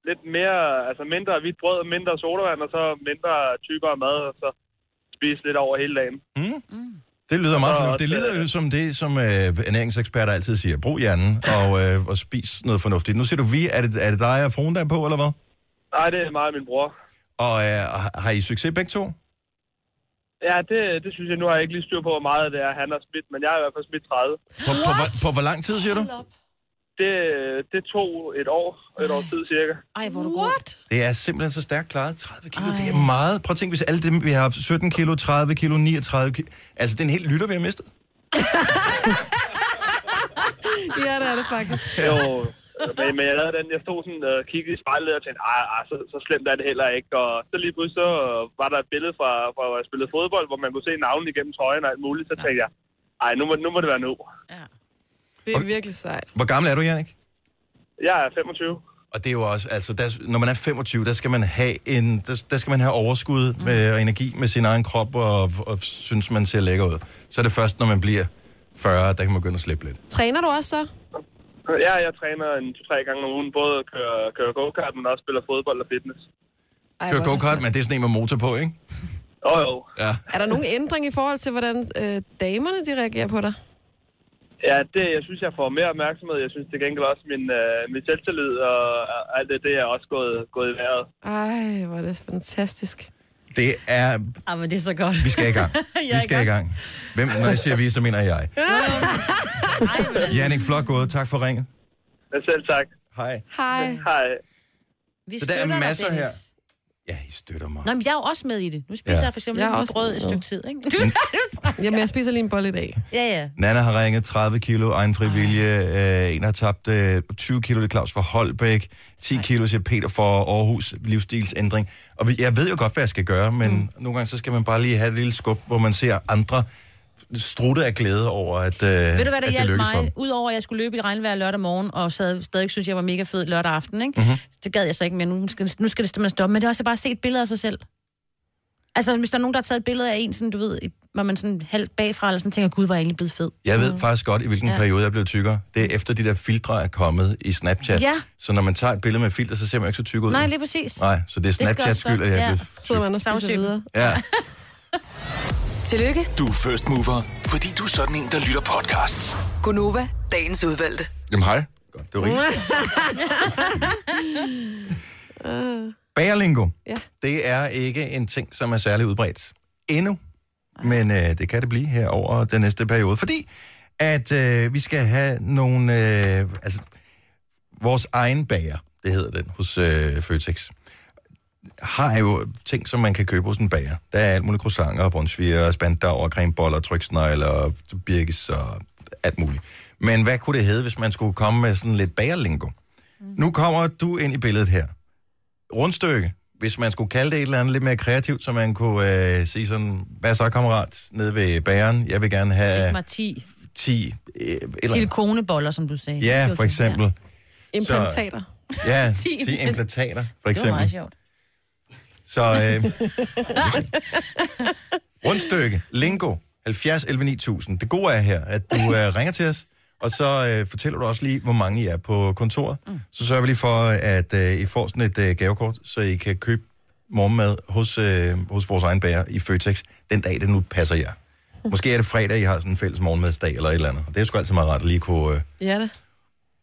Speaker 16: lidt mere, altså mindre hvidt brød, mindre sodavand, og så mindre typer af mad, og så spise lidt over hele dagen.
Speaker 1: Mm? Det lyder meget
Speaker 16: Og
Speaker 1: fornuftigt. Det lyder jo som det, som øh, ernæringseksperter altid siger. Brug hjernen og, øh, og spis noget fornuftigt. Nu siger du vi. Er det, er det dig og fruen, der er på, eller hvad?
Speaker 16: Nej, det er meget min bror.
Speaker 1: Og øh, har- har I succes begge to?
Speaker 16: Ja, det, det synes jeg, nu har jeg ikke lige styr på, hvor meget det er, han har smidt, men jeg har i hvert fald smidt 30.
Speaker 1: På, på, hvor- på hvor lang tid, siger du?
Speaker 16: Det, det tog et år, et års tid cirka.
Speaker 2: Ej, hvor er du What?
Speaker 1: Det er simpelthen så stærkt klaret. 30 kilo, Ej. det er meget. Prøv at tænke, hvis alle dem, vi har haft 17 kilo, 30 kilo, 39 kilo. Altså, det er en hel lytter, vi har mistet.
Speaker 3: ja, det er det faktisk.
Speaker 16: Jo, men, men jeg lavede den, jeg stod sådan og øh, kiggede i spejlet og tænkte, ej, ej så, så slemt er det heller ikke. Og så lige pludselig så øh, var der et billede fra, fra hvor jeg spillede fodbold, hvor man kunne se navnet igennem trøjen og alt muligt. Så tænkte jeg, ej, nu må, nu må det være nu.
Speaker 3: Det er virkelig sejt.
Speaker 1: Hvor gammel er du, Jannik?
Speaker 16: Jeg er 25.
Speaker 1: Og det er jo også, altså, der, når man er 25, der skal man have, en, der, der skal man have overskud
Speaker 16: Mm.
Speaker 1: med, og energi med sin egen krop, og, og, synes, man ser lækker ud. Så er det først, når man bliver 40, der kan man begynde at slippe lidt.
Speaker 3: Træner du også så?
Speaker 16: Ja, jeg træner en to-tre gange om ugen, både kører, kører go-kart, men også spiller fodbold og fitness.
Speaker 3: Ej,
Speaker 1: Køre
Speaker 3: hvor er det
Speaker 1: go-kart, men det er sådan en med motor på, ikke?
Speaker 16: Jo, jo.
Speaker 1: Ja.
Speaker 3: Er der nogen ændring i forhold til, hvordan øh, damerne de reagerer på dig?
Speaker 16: Ja, det, jeg synes, jeg får mere opmærksomhed. Jeg synes til gengæld også, min, øh, min selvtillid og, og alt det, det er også gået, gået i vejret.
Speaker 3: Ej, hvor er det fantastisk.
Speaker 1: Det er...
Speaker 2: Ej, men det er så godt.
Speaker 1: Vi skal i gang.
Speaker 2: Jeg
Speaker 1: Vi skal i gang. Hvem, når jeg siger vi, så mener jeg. Jannik, flot gået. Tak for ringet.
Speaker 16: Ja, selv tak.
Speaker 1: Hej.
Speaker 3: Hej.
Speaker 16: Hej.
Speaker 2: Vi
Speaker 1: Så der er
Speaker 2: støtter dig,
Speaker 1: masser
Speaker 2: Dennis.
Speaker 1: her. Ja, I støtter mig.
Speaker 2: Nå, men jeg er jo også med i det. Nu spiser
Speaker 1: Ja. Mm.
Speaker 2: ja. jeg for eksempel
Speaker 3: Jeg er
Speaker 2: jeg
Speaker 3: også
Speaker 2: brød
Speaker 3: med.
Speaker 2: et stykke tid, ikke? Du, du
Speaker 3: Jamen, jeg spiser lige en bolle i dag.
Speaker 2: Ja, ja.
Speaker 1: Nana har ringet 30 kilo, egen frivillige. Øh, en har tabt øh, 20 kilo, det er Claus fra Holbæk. 10 kilo, siger Peter fra Aarhus. Livsstilsændring. Og vi- jeg ved jo godt, hvad jeg skal gøre, men mm. nogle gange så skal man bare lige have et lille skub, hvor man ser andre strutte af glæde over, at, øh,
Speaker 2: Ved du, hvad der
Speaker 1: at det
Speaker 2: hjalp
Speaker 1: lykkes for
Speaker 2: mig?
Speaker 1: dem.
Speaker 2: Udover at jeg skulle løbe i regnvejr lørdag morgen, og sad, stadig synes, jeg var mega fed lørdag aften, ikke?
Speaker 1: Mhm.
Speaker 2: Det gad jeg så ikke mere. Nu skal, nu skal det simpelthen stoppe. Men det er også bare at se et billede af sig selv. Altså, hvis der er nogen, der har taget et billede af en, sådan, du ved, i- hvor man sådan halvt bagfra, eller sådan tænker, gud, var jeg egentlig blevet fed.
Speaker 1: Jeg ved faktisk godt, i hvilken
Speaker 2: Mm. Ja.
Speaker 1: ja. periode jeg blev tykkere. Det er efter de der filtre er kommet i Snapchat.
Speaker 2: Ja.
Speaker 1: Så når man tager et billede med filter, så ser man ikke så tyk ud.
Speaker 2: Nej, lige præcis.
Speaker 1: Nej, så det er
Speaker 2: Det skal
Speaker 1: Snapchats
Speaker 2: også
Speaker 1: skyld,
Speaker 2: være-
Speaker 1: at jeg
Speaker 2: ja.
Speaker 1: ja. blev...
Speaker 3: Sidder man og spiser
Speaker 2: Savsygen.
Speaker 3: videre.
Speaker 1: Ja.
Speaker 5: Tillykke,
Speaker 4: Du er first mover, fordi du er sådan en, der lytter podcasts.
Speaker 5: Gunova, dagens udvalgte.
Speaker 1: Jamen hej. Godt, det var rigtigt. Bagerlingo,
Speaker 3: Ja.
Speaker 1: det er ikke en ting, som er særlig udbredt endnu, men øh, det kan det blive her over den næste periode, fordi at øh, vi skal have nogle, øh, altså vores egen bager, det hedder den, hos øh, Føtex, har jo ting, som man kan købe hos en bager. Der er alt muligt croissanter, brunsviger, spandauer, cremeboller, tryksnegler, birkes og alt muligt. Men hvad kunne det hedde, hvis man skulle komme med sådan lidt bagerlingo? Mm. Nu kommer du ind i billedet her rundstykke, hvis man skulle kalde det et eller andet lidt mere kreativt, så man kunne øh, sige sådan, hvad så kammerat, nede ved bageren, jeg vil gerne
Speaker 2: Fik
Speaker 1: have
Speaker 2: mig 10
Speaker 1: 10... Øh, et eller andet."
Speaker 2: silikoneboller, som du sagde.
Speaker 1: ja, for eksempel.
Speaker 3: Implantater.
Speaker 1: Så, ja,
Speaker 2: 10
Speaker 1: 10 implantater, for
Speaker 2: Det var meget
Speaker 1: eksempel.
Speaker 2: sjovt.
Speaker 1: Så øh, rundstykke, lingo, 70 11 9000. Det gode er her, at du øh, ringer til os, og så øh, fortæller du også lige, hvor mange I er på kontoret. Mm. Så sørger vi lige for, at øh, I får sådan et øh, gavekort, så I kan købe morgenmad hos, øh, hos vores egen bager i Føtex, den dag, det nu passer jer. Måske er det fredag, I har sådan en fælles morgenmadsdag eller et eller andet. Og det er sgu altid meget rart at lige kunne... Øh,
Speaker 3: Ja, det.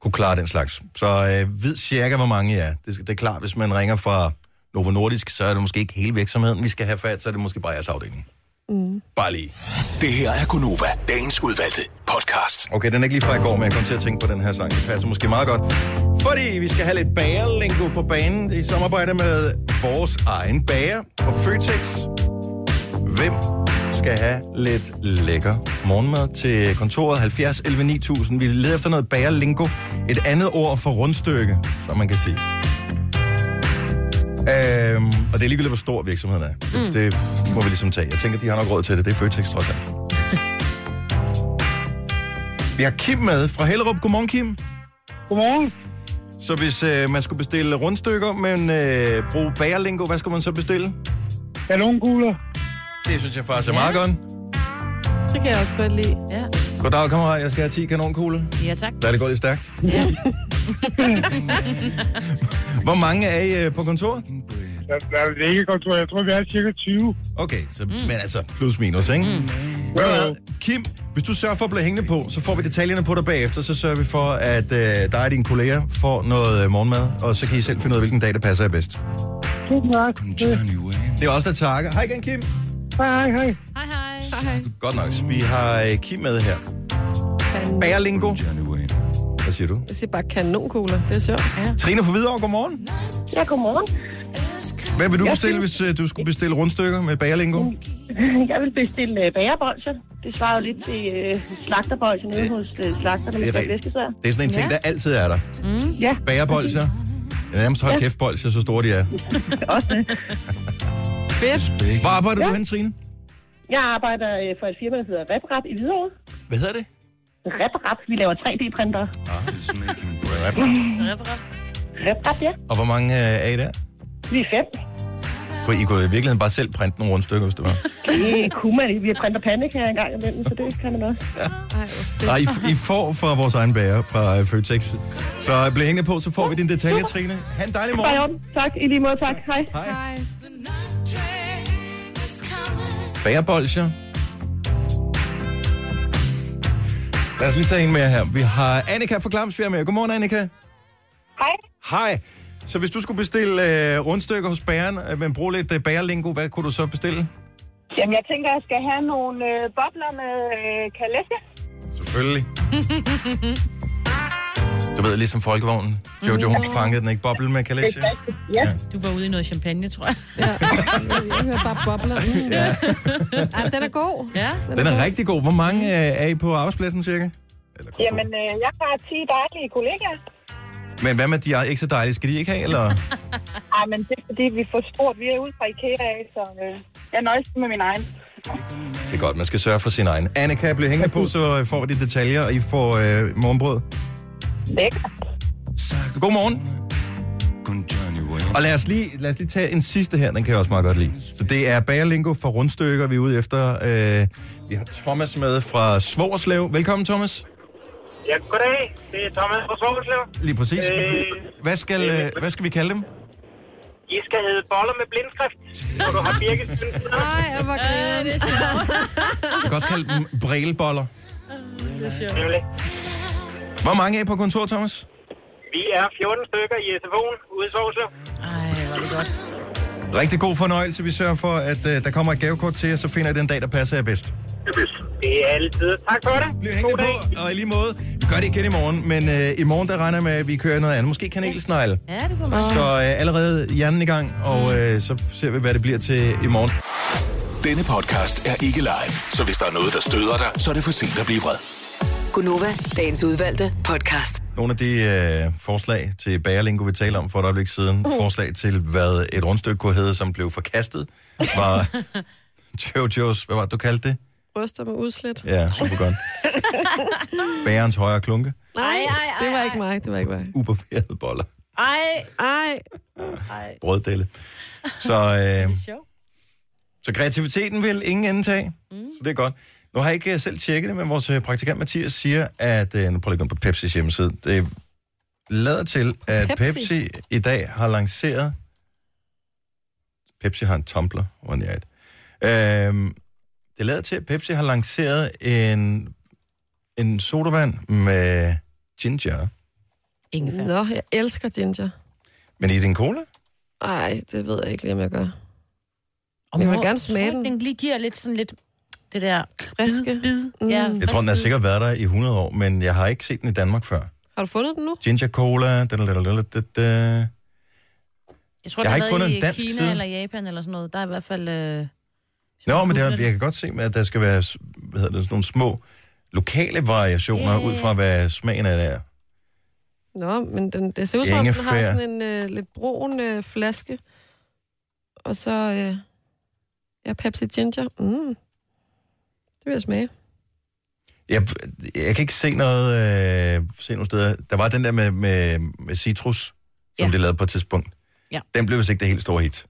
Speaker 1: kunne klare den slags. Så øh, vid cirka, hvor mange I er. Det, skal- det er klart, hvis man ringer fra Novo Nordisk, så er det måske ikke hele virksomheden, vi skal have fat, så er det måske bare jeres afdeling.
Speaker 4: Mm.
Speaker 1: Bare lige.
Speaker 4: Det her er Gunova, dagens udvalgte podcast.
Speaker 1: Okay, den er ikke lige fra i går, men jeg kom til at tænke på den her sang. Det passer måske meget godt. Fordi vi skal have lidt bagerlingo på banen i samarbejde med vores egen bager på Føtex. Hvem skal have lidt lækker morgenmad til kontoret 70 11 9000? Vi leder efter noget bagerlingo. Et andet ord for rundstykke, som man kan sige. Øhm, og det er ligegyldigt, hvor stor virksomheden er. Mm. Det må vi ligesom tage. Jeg tænker, de har nok råd til det. Det er Føtex trods alt. Vi har Kim med fra Hellerup. Godmorgen, Kim.
Speaker 17: Godmorgen.
Speaker 1: Så hvis øh, man skulle bestille rundstykker, men øh, bruge bagerlingo, hvad skulle man så bestille? Kanonkugler. Det synes jeg faktisk er meget godt.
Speaker 3: Det kan jeg også godt lide.
Speaker 2: Ja.
Speaker 1: Goddag, kammerat. Jeg skal have 10 kanonkugler.
Speaker 2: Ja, tak.
Speaker 1: Der er det gået lidt stærkt. Ja. Hvor mange er I øh, på kontoret?
Speaker 17: Der, der er et lægekontor. Jeg tror, vi er cirka 20.
Speaker 1: Okay, så, mm. men altså plus minus, ikke? Mm. Well. Kim, hvis du sørger for at blive hængende på, så får vi detaljerne på dig bagefter. Så sørger vi for, at øh, dig og dine kolleger får noget øh, morgenmad, og så kan I selv finde ud af, hvilken dag, der passer jer bedst.
Speaker 17: Tusind tak.
Speaker 1: Det er også der takker. Hej igen, Kim.
Speaker 17: Hej, hej, hej.
Speaker 2: Hej, hej. Hej.
Speaker 1: Godt nok. Vi har øh, Kim med her. Bagerlingo. Hvad siger du?
Speaker 3: Jeg siger bare kanonkugler. Det er sjovt. Ja.
Speaker 1: Trine fra Hvidovre, godmorgen.
Speaker 11: Ja, godmorgen.
Speaker 1: Hvad vil du
Speaker 11: Jeg
Speaker 1: bestille, hvis øh, du skulle bestille rundstykker med bagerlingo?
Speaker 11: Jeg vil bestille øh, bagerbolser. Det svarer jo lidt til øh, slagterbolser nede hos øh, slagterne
Speaker 1: det er
Speaker 11: med
Speaker 1: rigtigt.
Speaker 11: flæskesvær.
Speaker 1: Det er sådan en ting, der altid er der.
Speaker 11: Mm. Ja.
Speaker 1: Bagerbolser. Nærmest hold kæft bolser, så store de er.
Speaker 3: Fedt.
Speaker 1: Hvor arbejder du hen, Trine?
Speaker 11: Jeg arbejder øh, for et firma, der hedder RepRap i Hvidovre.
Speaker 1: Hvad hedder det?
Speaker 11: RepRap, vi laver 3D-printere.
Speaker 1: Rap.
Speaker 11: RepRap? RepRap, ja.
Speaker 1: Og hvor mange øh, er I der?
Speaker 11: Vi er fem.
Speaker 1: Kunne I kunne i virkeligheden bare selv printe nogle rundstykker, hvis det var.
Speaker 11: Det kunne man ikke. Vi printer panik her en gang imellem, så det kan man også.
Speaker 1: Nej, I, I får fra vores egen bager fra øh, Føtex. Så øh, bliv hængende på, så får vi din detalje, Trine. Ha' en dejlig
Speaker 11: Bare
Speaker 1: morgen.
Speaker 11: i orden. Tak, i lige måde. Tak. Hej.
Speaker 1: Hej. Bagerbolger. Lad os lige tage en mere her. Vi har Annika fra Klamsfjær med. Godmorgen, Annika.
Speaker 18: Hej.
Speaker 1: Hej. Så hvis du skulle bestille øh, rundstykker hos bageren, øh, men bruge lidt øh, bagerlingo, hvad kunne du så bestille?
Speaker 18: Jamen, jeg tænker, jeg skal have nogle øh, bobler med øh, kalesse.
Speaker 1: Selvfølgelig. Du ved, ligesom folkevognen. Jojo, hun fangede den ikke. Boblen med kalesje.
Speaker 11: Ja.
Speaker 2: Du var ude i noget champagne, tror jeg. Ja.
Speaker 3: Jeg hører bare bobler. Mm.
Speaker 1: Ja.
Speaker 3: Ej, den er god.
Speaker 2: Ja.
Speaker 1: Den er rigtig god. Hvor mange øh, er I på arbejdspladsen, cirka?
Speaker 18: Jamen, øh, jeg har 10 dejlige kollegaer.
Speaker 1: Men hvad med de er ikke så dejlige? Skal de ikke have, eller?
Speaker 18: Ej, men det er fordi, vi får stort. Vi er ude fra IKEA, af, så øh, jeg nøjes med min egen.
Speaker 1: Det er godt, man skal sørge for sin egen. Annika, bliv hængende på, så øh, får vi de detaljer, og I får øh, morgenbrød.
Speaker 18: Lækker.
Speaker 1: God morgen. Og lad os, lige, lad os lige tage en sidste her, den kan jeg også meget godt lide. Så det er Bagerlingo for rundstykker, vi er ude efter. Øh, vi har Thomas med fra Svorslev. Velkommen, Thomas.
Speaker 19: Ja, goddag. Det er Thomas fra Svorslev.
Speaker 1: Lige præcis.
Speaker 19: Øh,
Speaker 1: Hvad skal, øh, hvad skal vi kalde dem?
Speaker 19: I skal hedde boller med blindskrift, når du har birket
Speaker 3: Nej, jeg var glad.
Speaker 2: det er sjovt.
Speaker 1: Vi kan også kalde dem brælboller.
Speaker 2: Det er sjovt.
Speaker 1: Hvor mange er I på kontor, Thomas?
Speaker 19: Vi er 14 stykker i SFO'en ude i Svorslev.
Speaker 2: Ej, hvor er det godt.
Speaker 1: Rigtig god fornøjelse. Vi sørger for, at øh, der kommer et gavekort til jer, så finder I den dag, der passer jer bedst.
Speaker 19: Det er altid. Tak for det.
Speaker 1: Bliv hængende på, og i lige måde, vi gør det igen i morgen, men øh, i morgen der regner jeg med, at vi kører noget andet. Måske kanelsnegle.
Speaker 2: Ja, det kunne man.
Speaker 1: Så øh, allerede hjernen i gang, og øh, så ser vi, hvad det bliver til i morgen.
Speaker 4: Denne podcast er ikke live, så hvis der er noget, der støder dig, så er det for sent at blive vred.
Speaker 5: Gunova, dagens udvalgte podcast.
Speaker 1: Nogle af de øh, forslag til bagerlingo, vi taler om for et øjeblik siden,
Speaker 5: Mhm.
Speaker 3: Uh.
Speaker 1: forslag til, hvad et rundstykke kunne hedde, som blev forkastet, var Jojo's, hvad var det, du kaldte det?
Speaker 3: Bryster med udslæt.
Speaker 1: Ja, super godt. Bærens højre klunke,
Speaker 3: Nej, det var ikke mig. Det var ikke mig.
Speaker 1: ubarberede boller,
Speaker 2: Ej.
Speaker 3: Ej.
Speaker 1: brøddelle. Så, øh,
Speaker 2: sjovt.
Speaker 1: så kreativiteten vil ingen ende tage, mm. så det er godt. Nu har jeg ikke øh, selv tjekket det, men vores øh, praktikant Mathias siger, at, øh, nu prøver jeg lige at gå ind på Pepsis hjemmeside, det lader til, at Pepsi.
Speaker 20: Pepsi?
Speaker 1: Pepsi i dag har lanceret, Pepsi har en tumbler, hvor jeg er øhm, det lader til, at Pepsi har lanceret en, en sodavand med ginger,
Speaker 2: Ingefær.
Speaker 3: Nå, jeg elsker ginger.
Speaker 1: men i din cola?
Speaker 3: Ej, det ved jeg ikke lige, om jeg gør. Om jeg vil gerne smage den.
Speaker 2: Den lige giver lidt sådan lidt det der... Friske. Bid. Mm. Ja,
Speaker 1: Jeg tror, den har sikkert været der i 100 år, men jeg har ikke set den i Danmark før.
Speaker 3: Har du fundet den nu?
Speaker 1: Ginger cola, da, da, da, da, da, da.
Speaker 2: Jeg tror,
Speaker 1: Jeg
Speaker 2: jeg
Speaker 1: har
Speaker 2: har
Speaker 1: ikke fundet
Speaker 2: i
Speaker 1: en dansk
Speaker 2: Kina
Speaker 1: side.
Speaker 2: eller Japan eller sådan noget. Der er i hvert fald... Øh,
Speaker 1: Nå, men det, er- jeg kan godt se, at der skal være hvad hedder det, sådan nogle små lokale variationer,
Speaker 3: Ja, ja,
Speaker 1: yeah.
Speaker 3: ja.
Speaker 1: ud fra hvad smagen af det er.
Speaker 3: Nå, men den, det ser ud som om, den har
Speaker 1: Ingefær.
Speaker 3: sådan en øh, lidt brun øh, flaske. Og så øh, ja, Pepsi Ginger. Mm. Det vil jeg smage.
Speaker 1: Jeg, jeg kan ikke se noget, øh, se nogle steder. Der var den der med, med, med citrus, som ja. de lavede på et tidspunkt.
Speaker 2: Ja.
Speaker 1: Den blev vist ikke det helt store hit.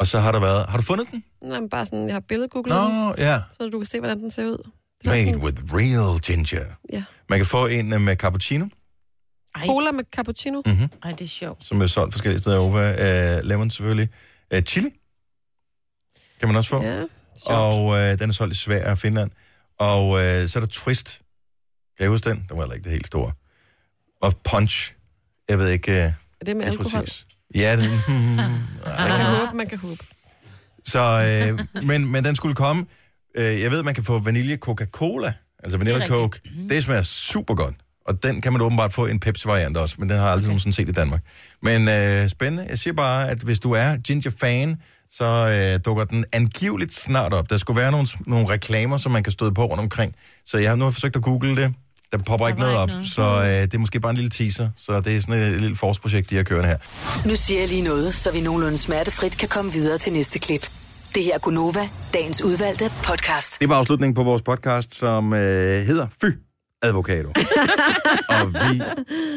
Speaker 1: Og så har der været... Har du fundet den?
Speaker 3: Nej, men bare sådan, jeg har billedgooglet
Speaker 1: Nå,
Speaker 3: den,
Speaker 1: ja.
Speaker 3: så du kan se, hvordan den ser ud.
Speaker 1: Made with real ginger.
Speaker 3: Ja.
Speaker 1: Man kan få en øh, med cappuccino,
Speaker 3: Ej. Cola med cappuccino.
Speaker 1: Mhm.
Speaker 2: Ej, det er sjovt.
Speaker 1: som er solgt forskellige steder over. Øh, lemon selvfølgelig. Øh, chili kan man også få.
Speaker 3: Ja,
Speaker 1: og øh, den er solgt i Sverige og Finland. Og øh, så er der Twist. Kan jeg huske den? Den var heller ikke det helt store. Og Punch. Jeg ved ikke... Øh,
Speaker 3: Er det med
Speaker 1: helt
Speaker 3: alkohol?
Speaker 1: præcis. Ja, det
Speaker 3: Man kan håbe, man kan håbe.
Speaker 1: Så, øh, men, men den skulle komme. Øh, jeg ved, man kan få vanilje Coca-Cola, altså vanilla
Speaker 2: rigtigt.
Speaker 1: coke. Det smager super godt. Og den kan man åbenbart få en Pepsi-variant også, men den har jeg aldrig nogensinde set i Danmark. Men øh, spændende. Jeg siger bare, at hvis du er ginger-fan, så øh, dukker den angiveligt snart op. Der skulle være nogle, nogle reklamer, som man kan støde på rundt omkring. Så jeg har nu forsøgt at google det. Der popper ikke noget op, så øh, det er måske bare en lille teaser. Så det er sådan et, et lille forskprojekt, de har kørende her.
Speaker 5: Nu siger jeg lige noget, så vi nogenlunde smertefrit kan komme videre til næste klip. Det her er Gunova, dagens udvalgte podcast.
Speaker 1: Det var afslutningen på vores podcast, som øh, hedder Fy Advokato. og vi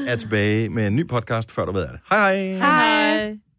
Speaker 1: er tilbage med en ny podcast, før du ved af det. Hej hej!
Speaker 21: Hej.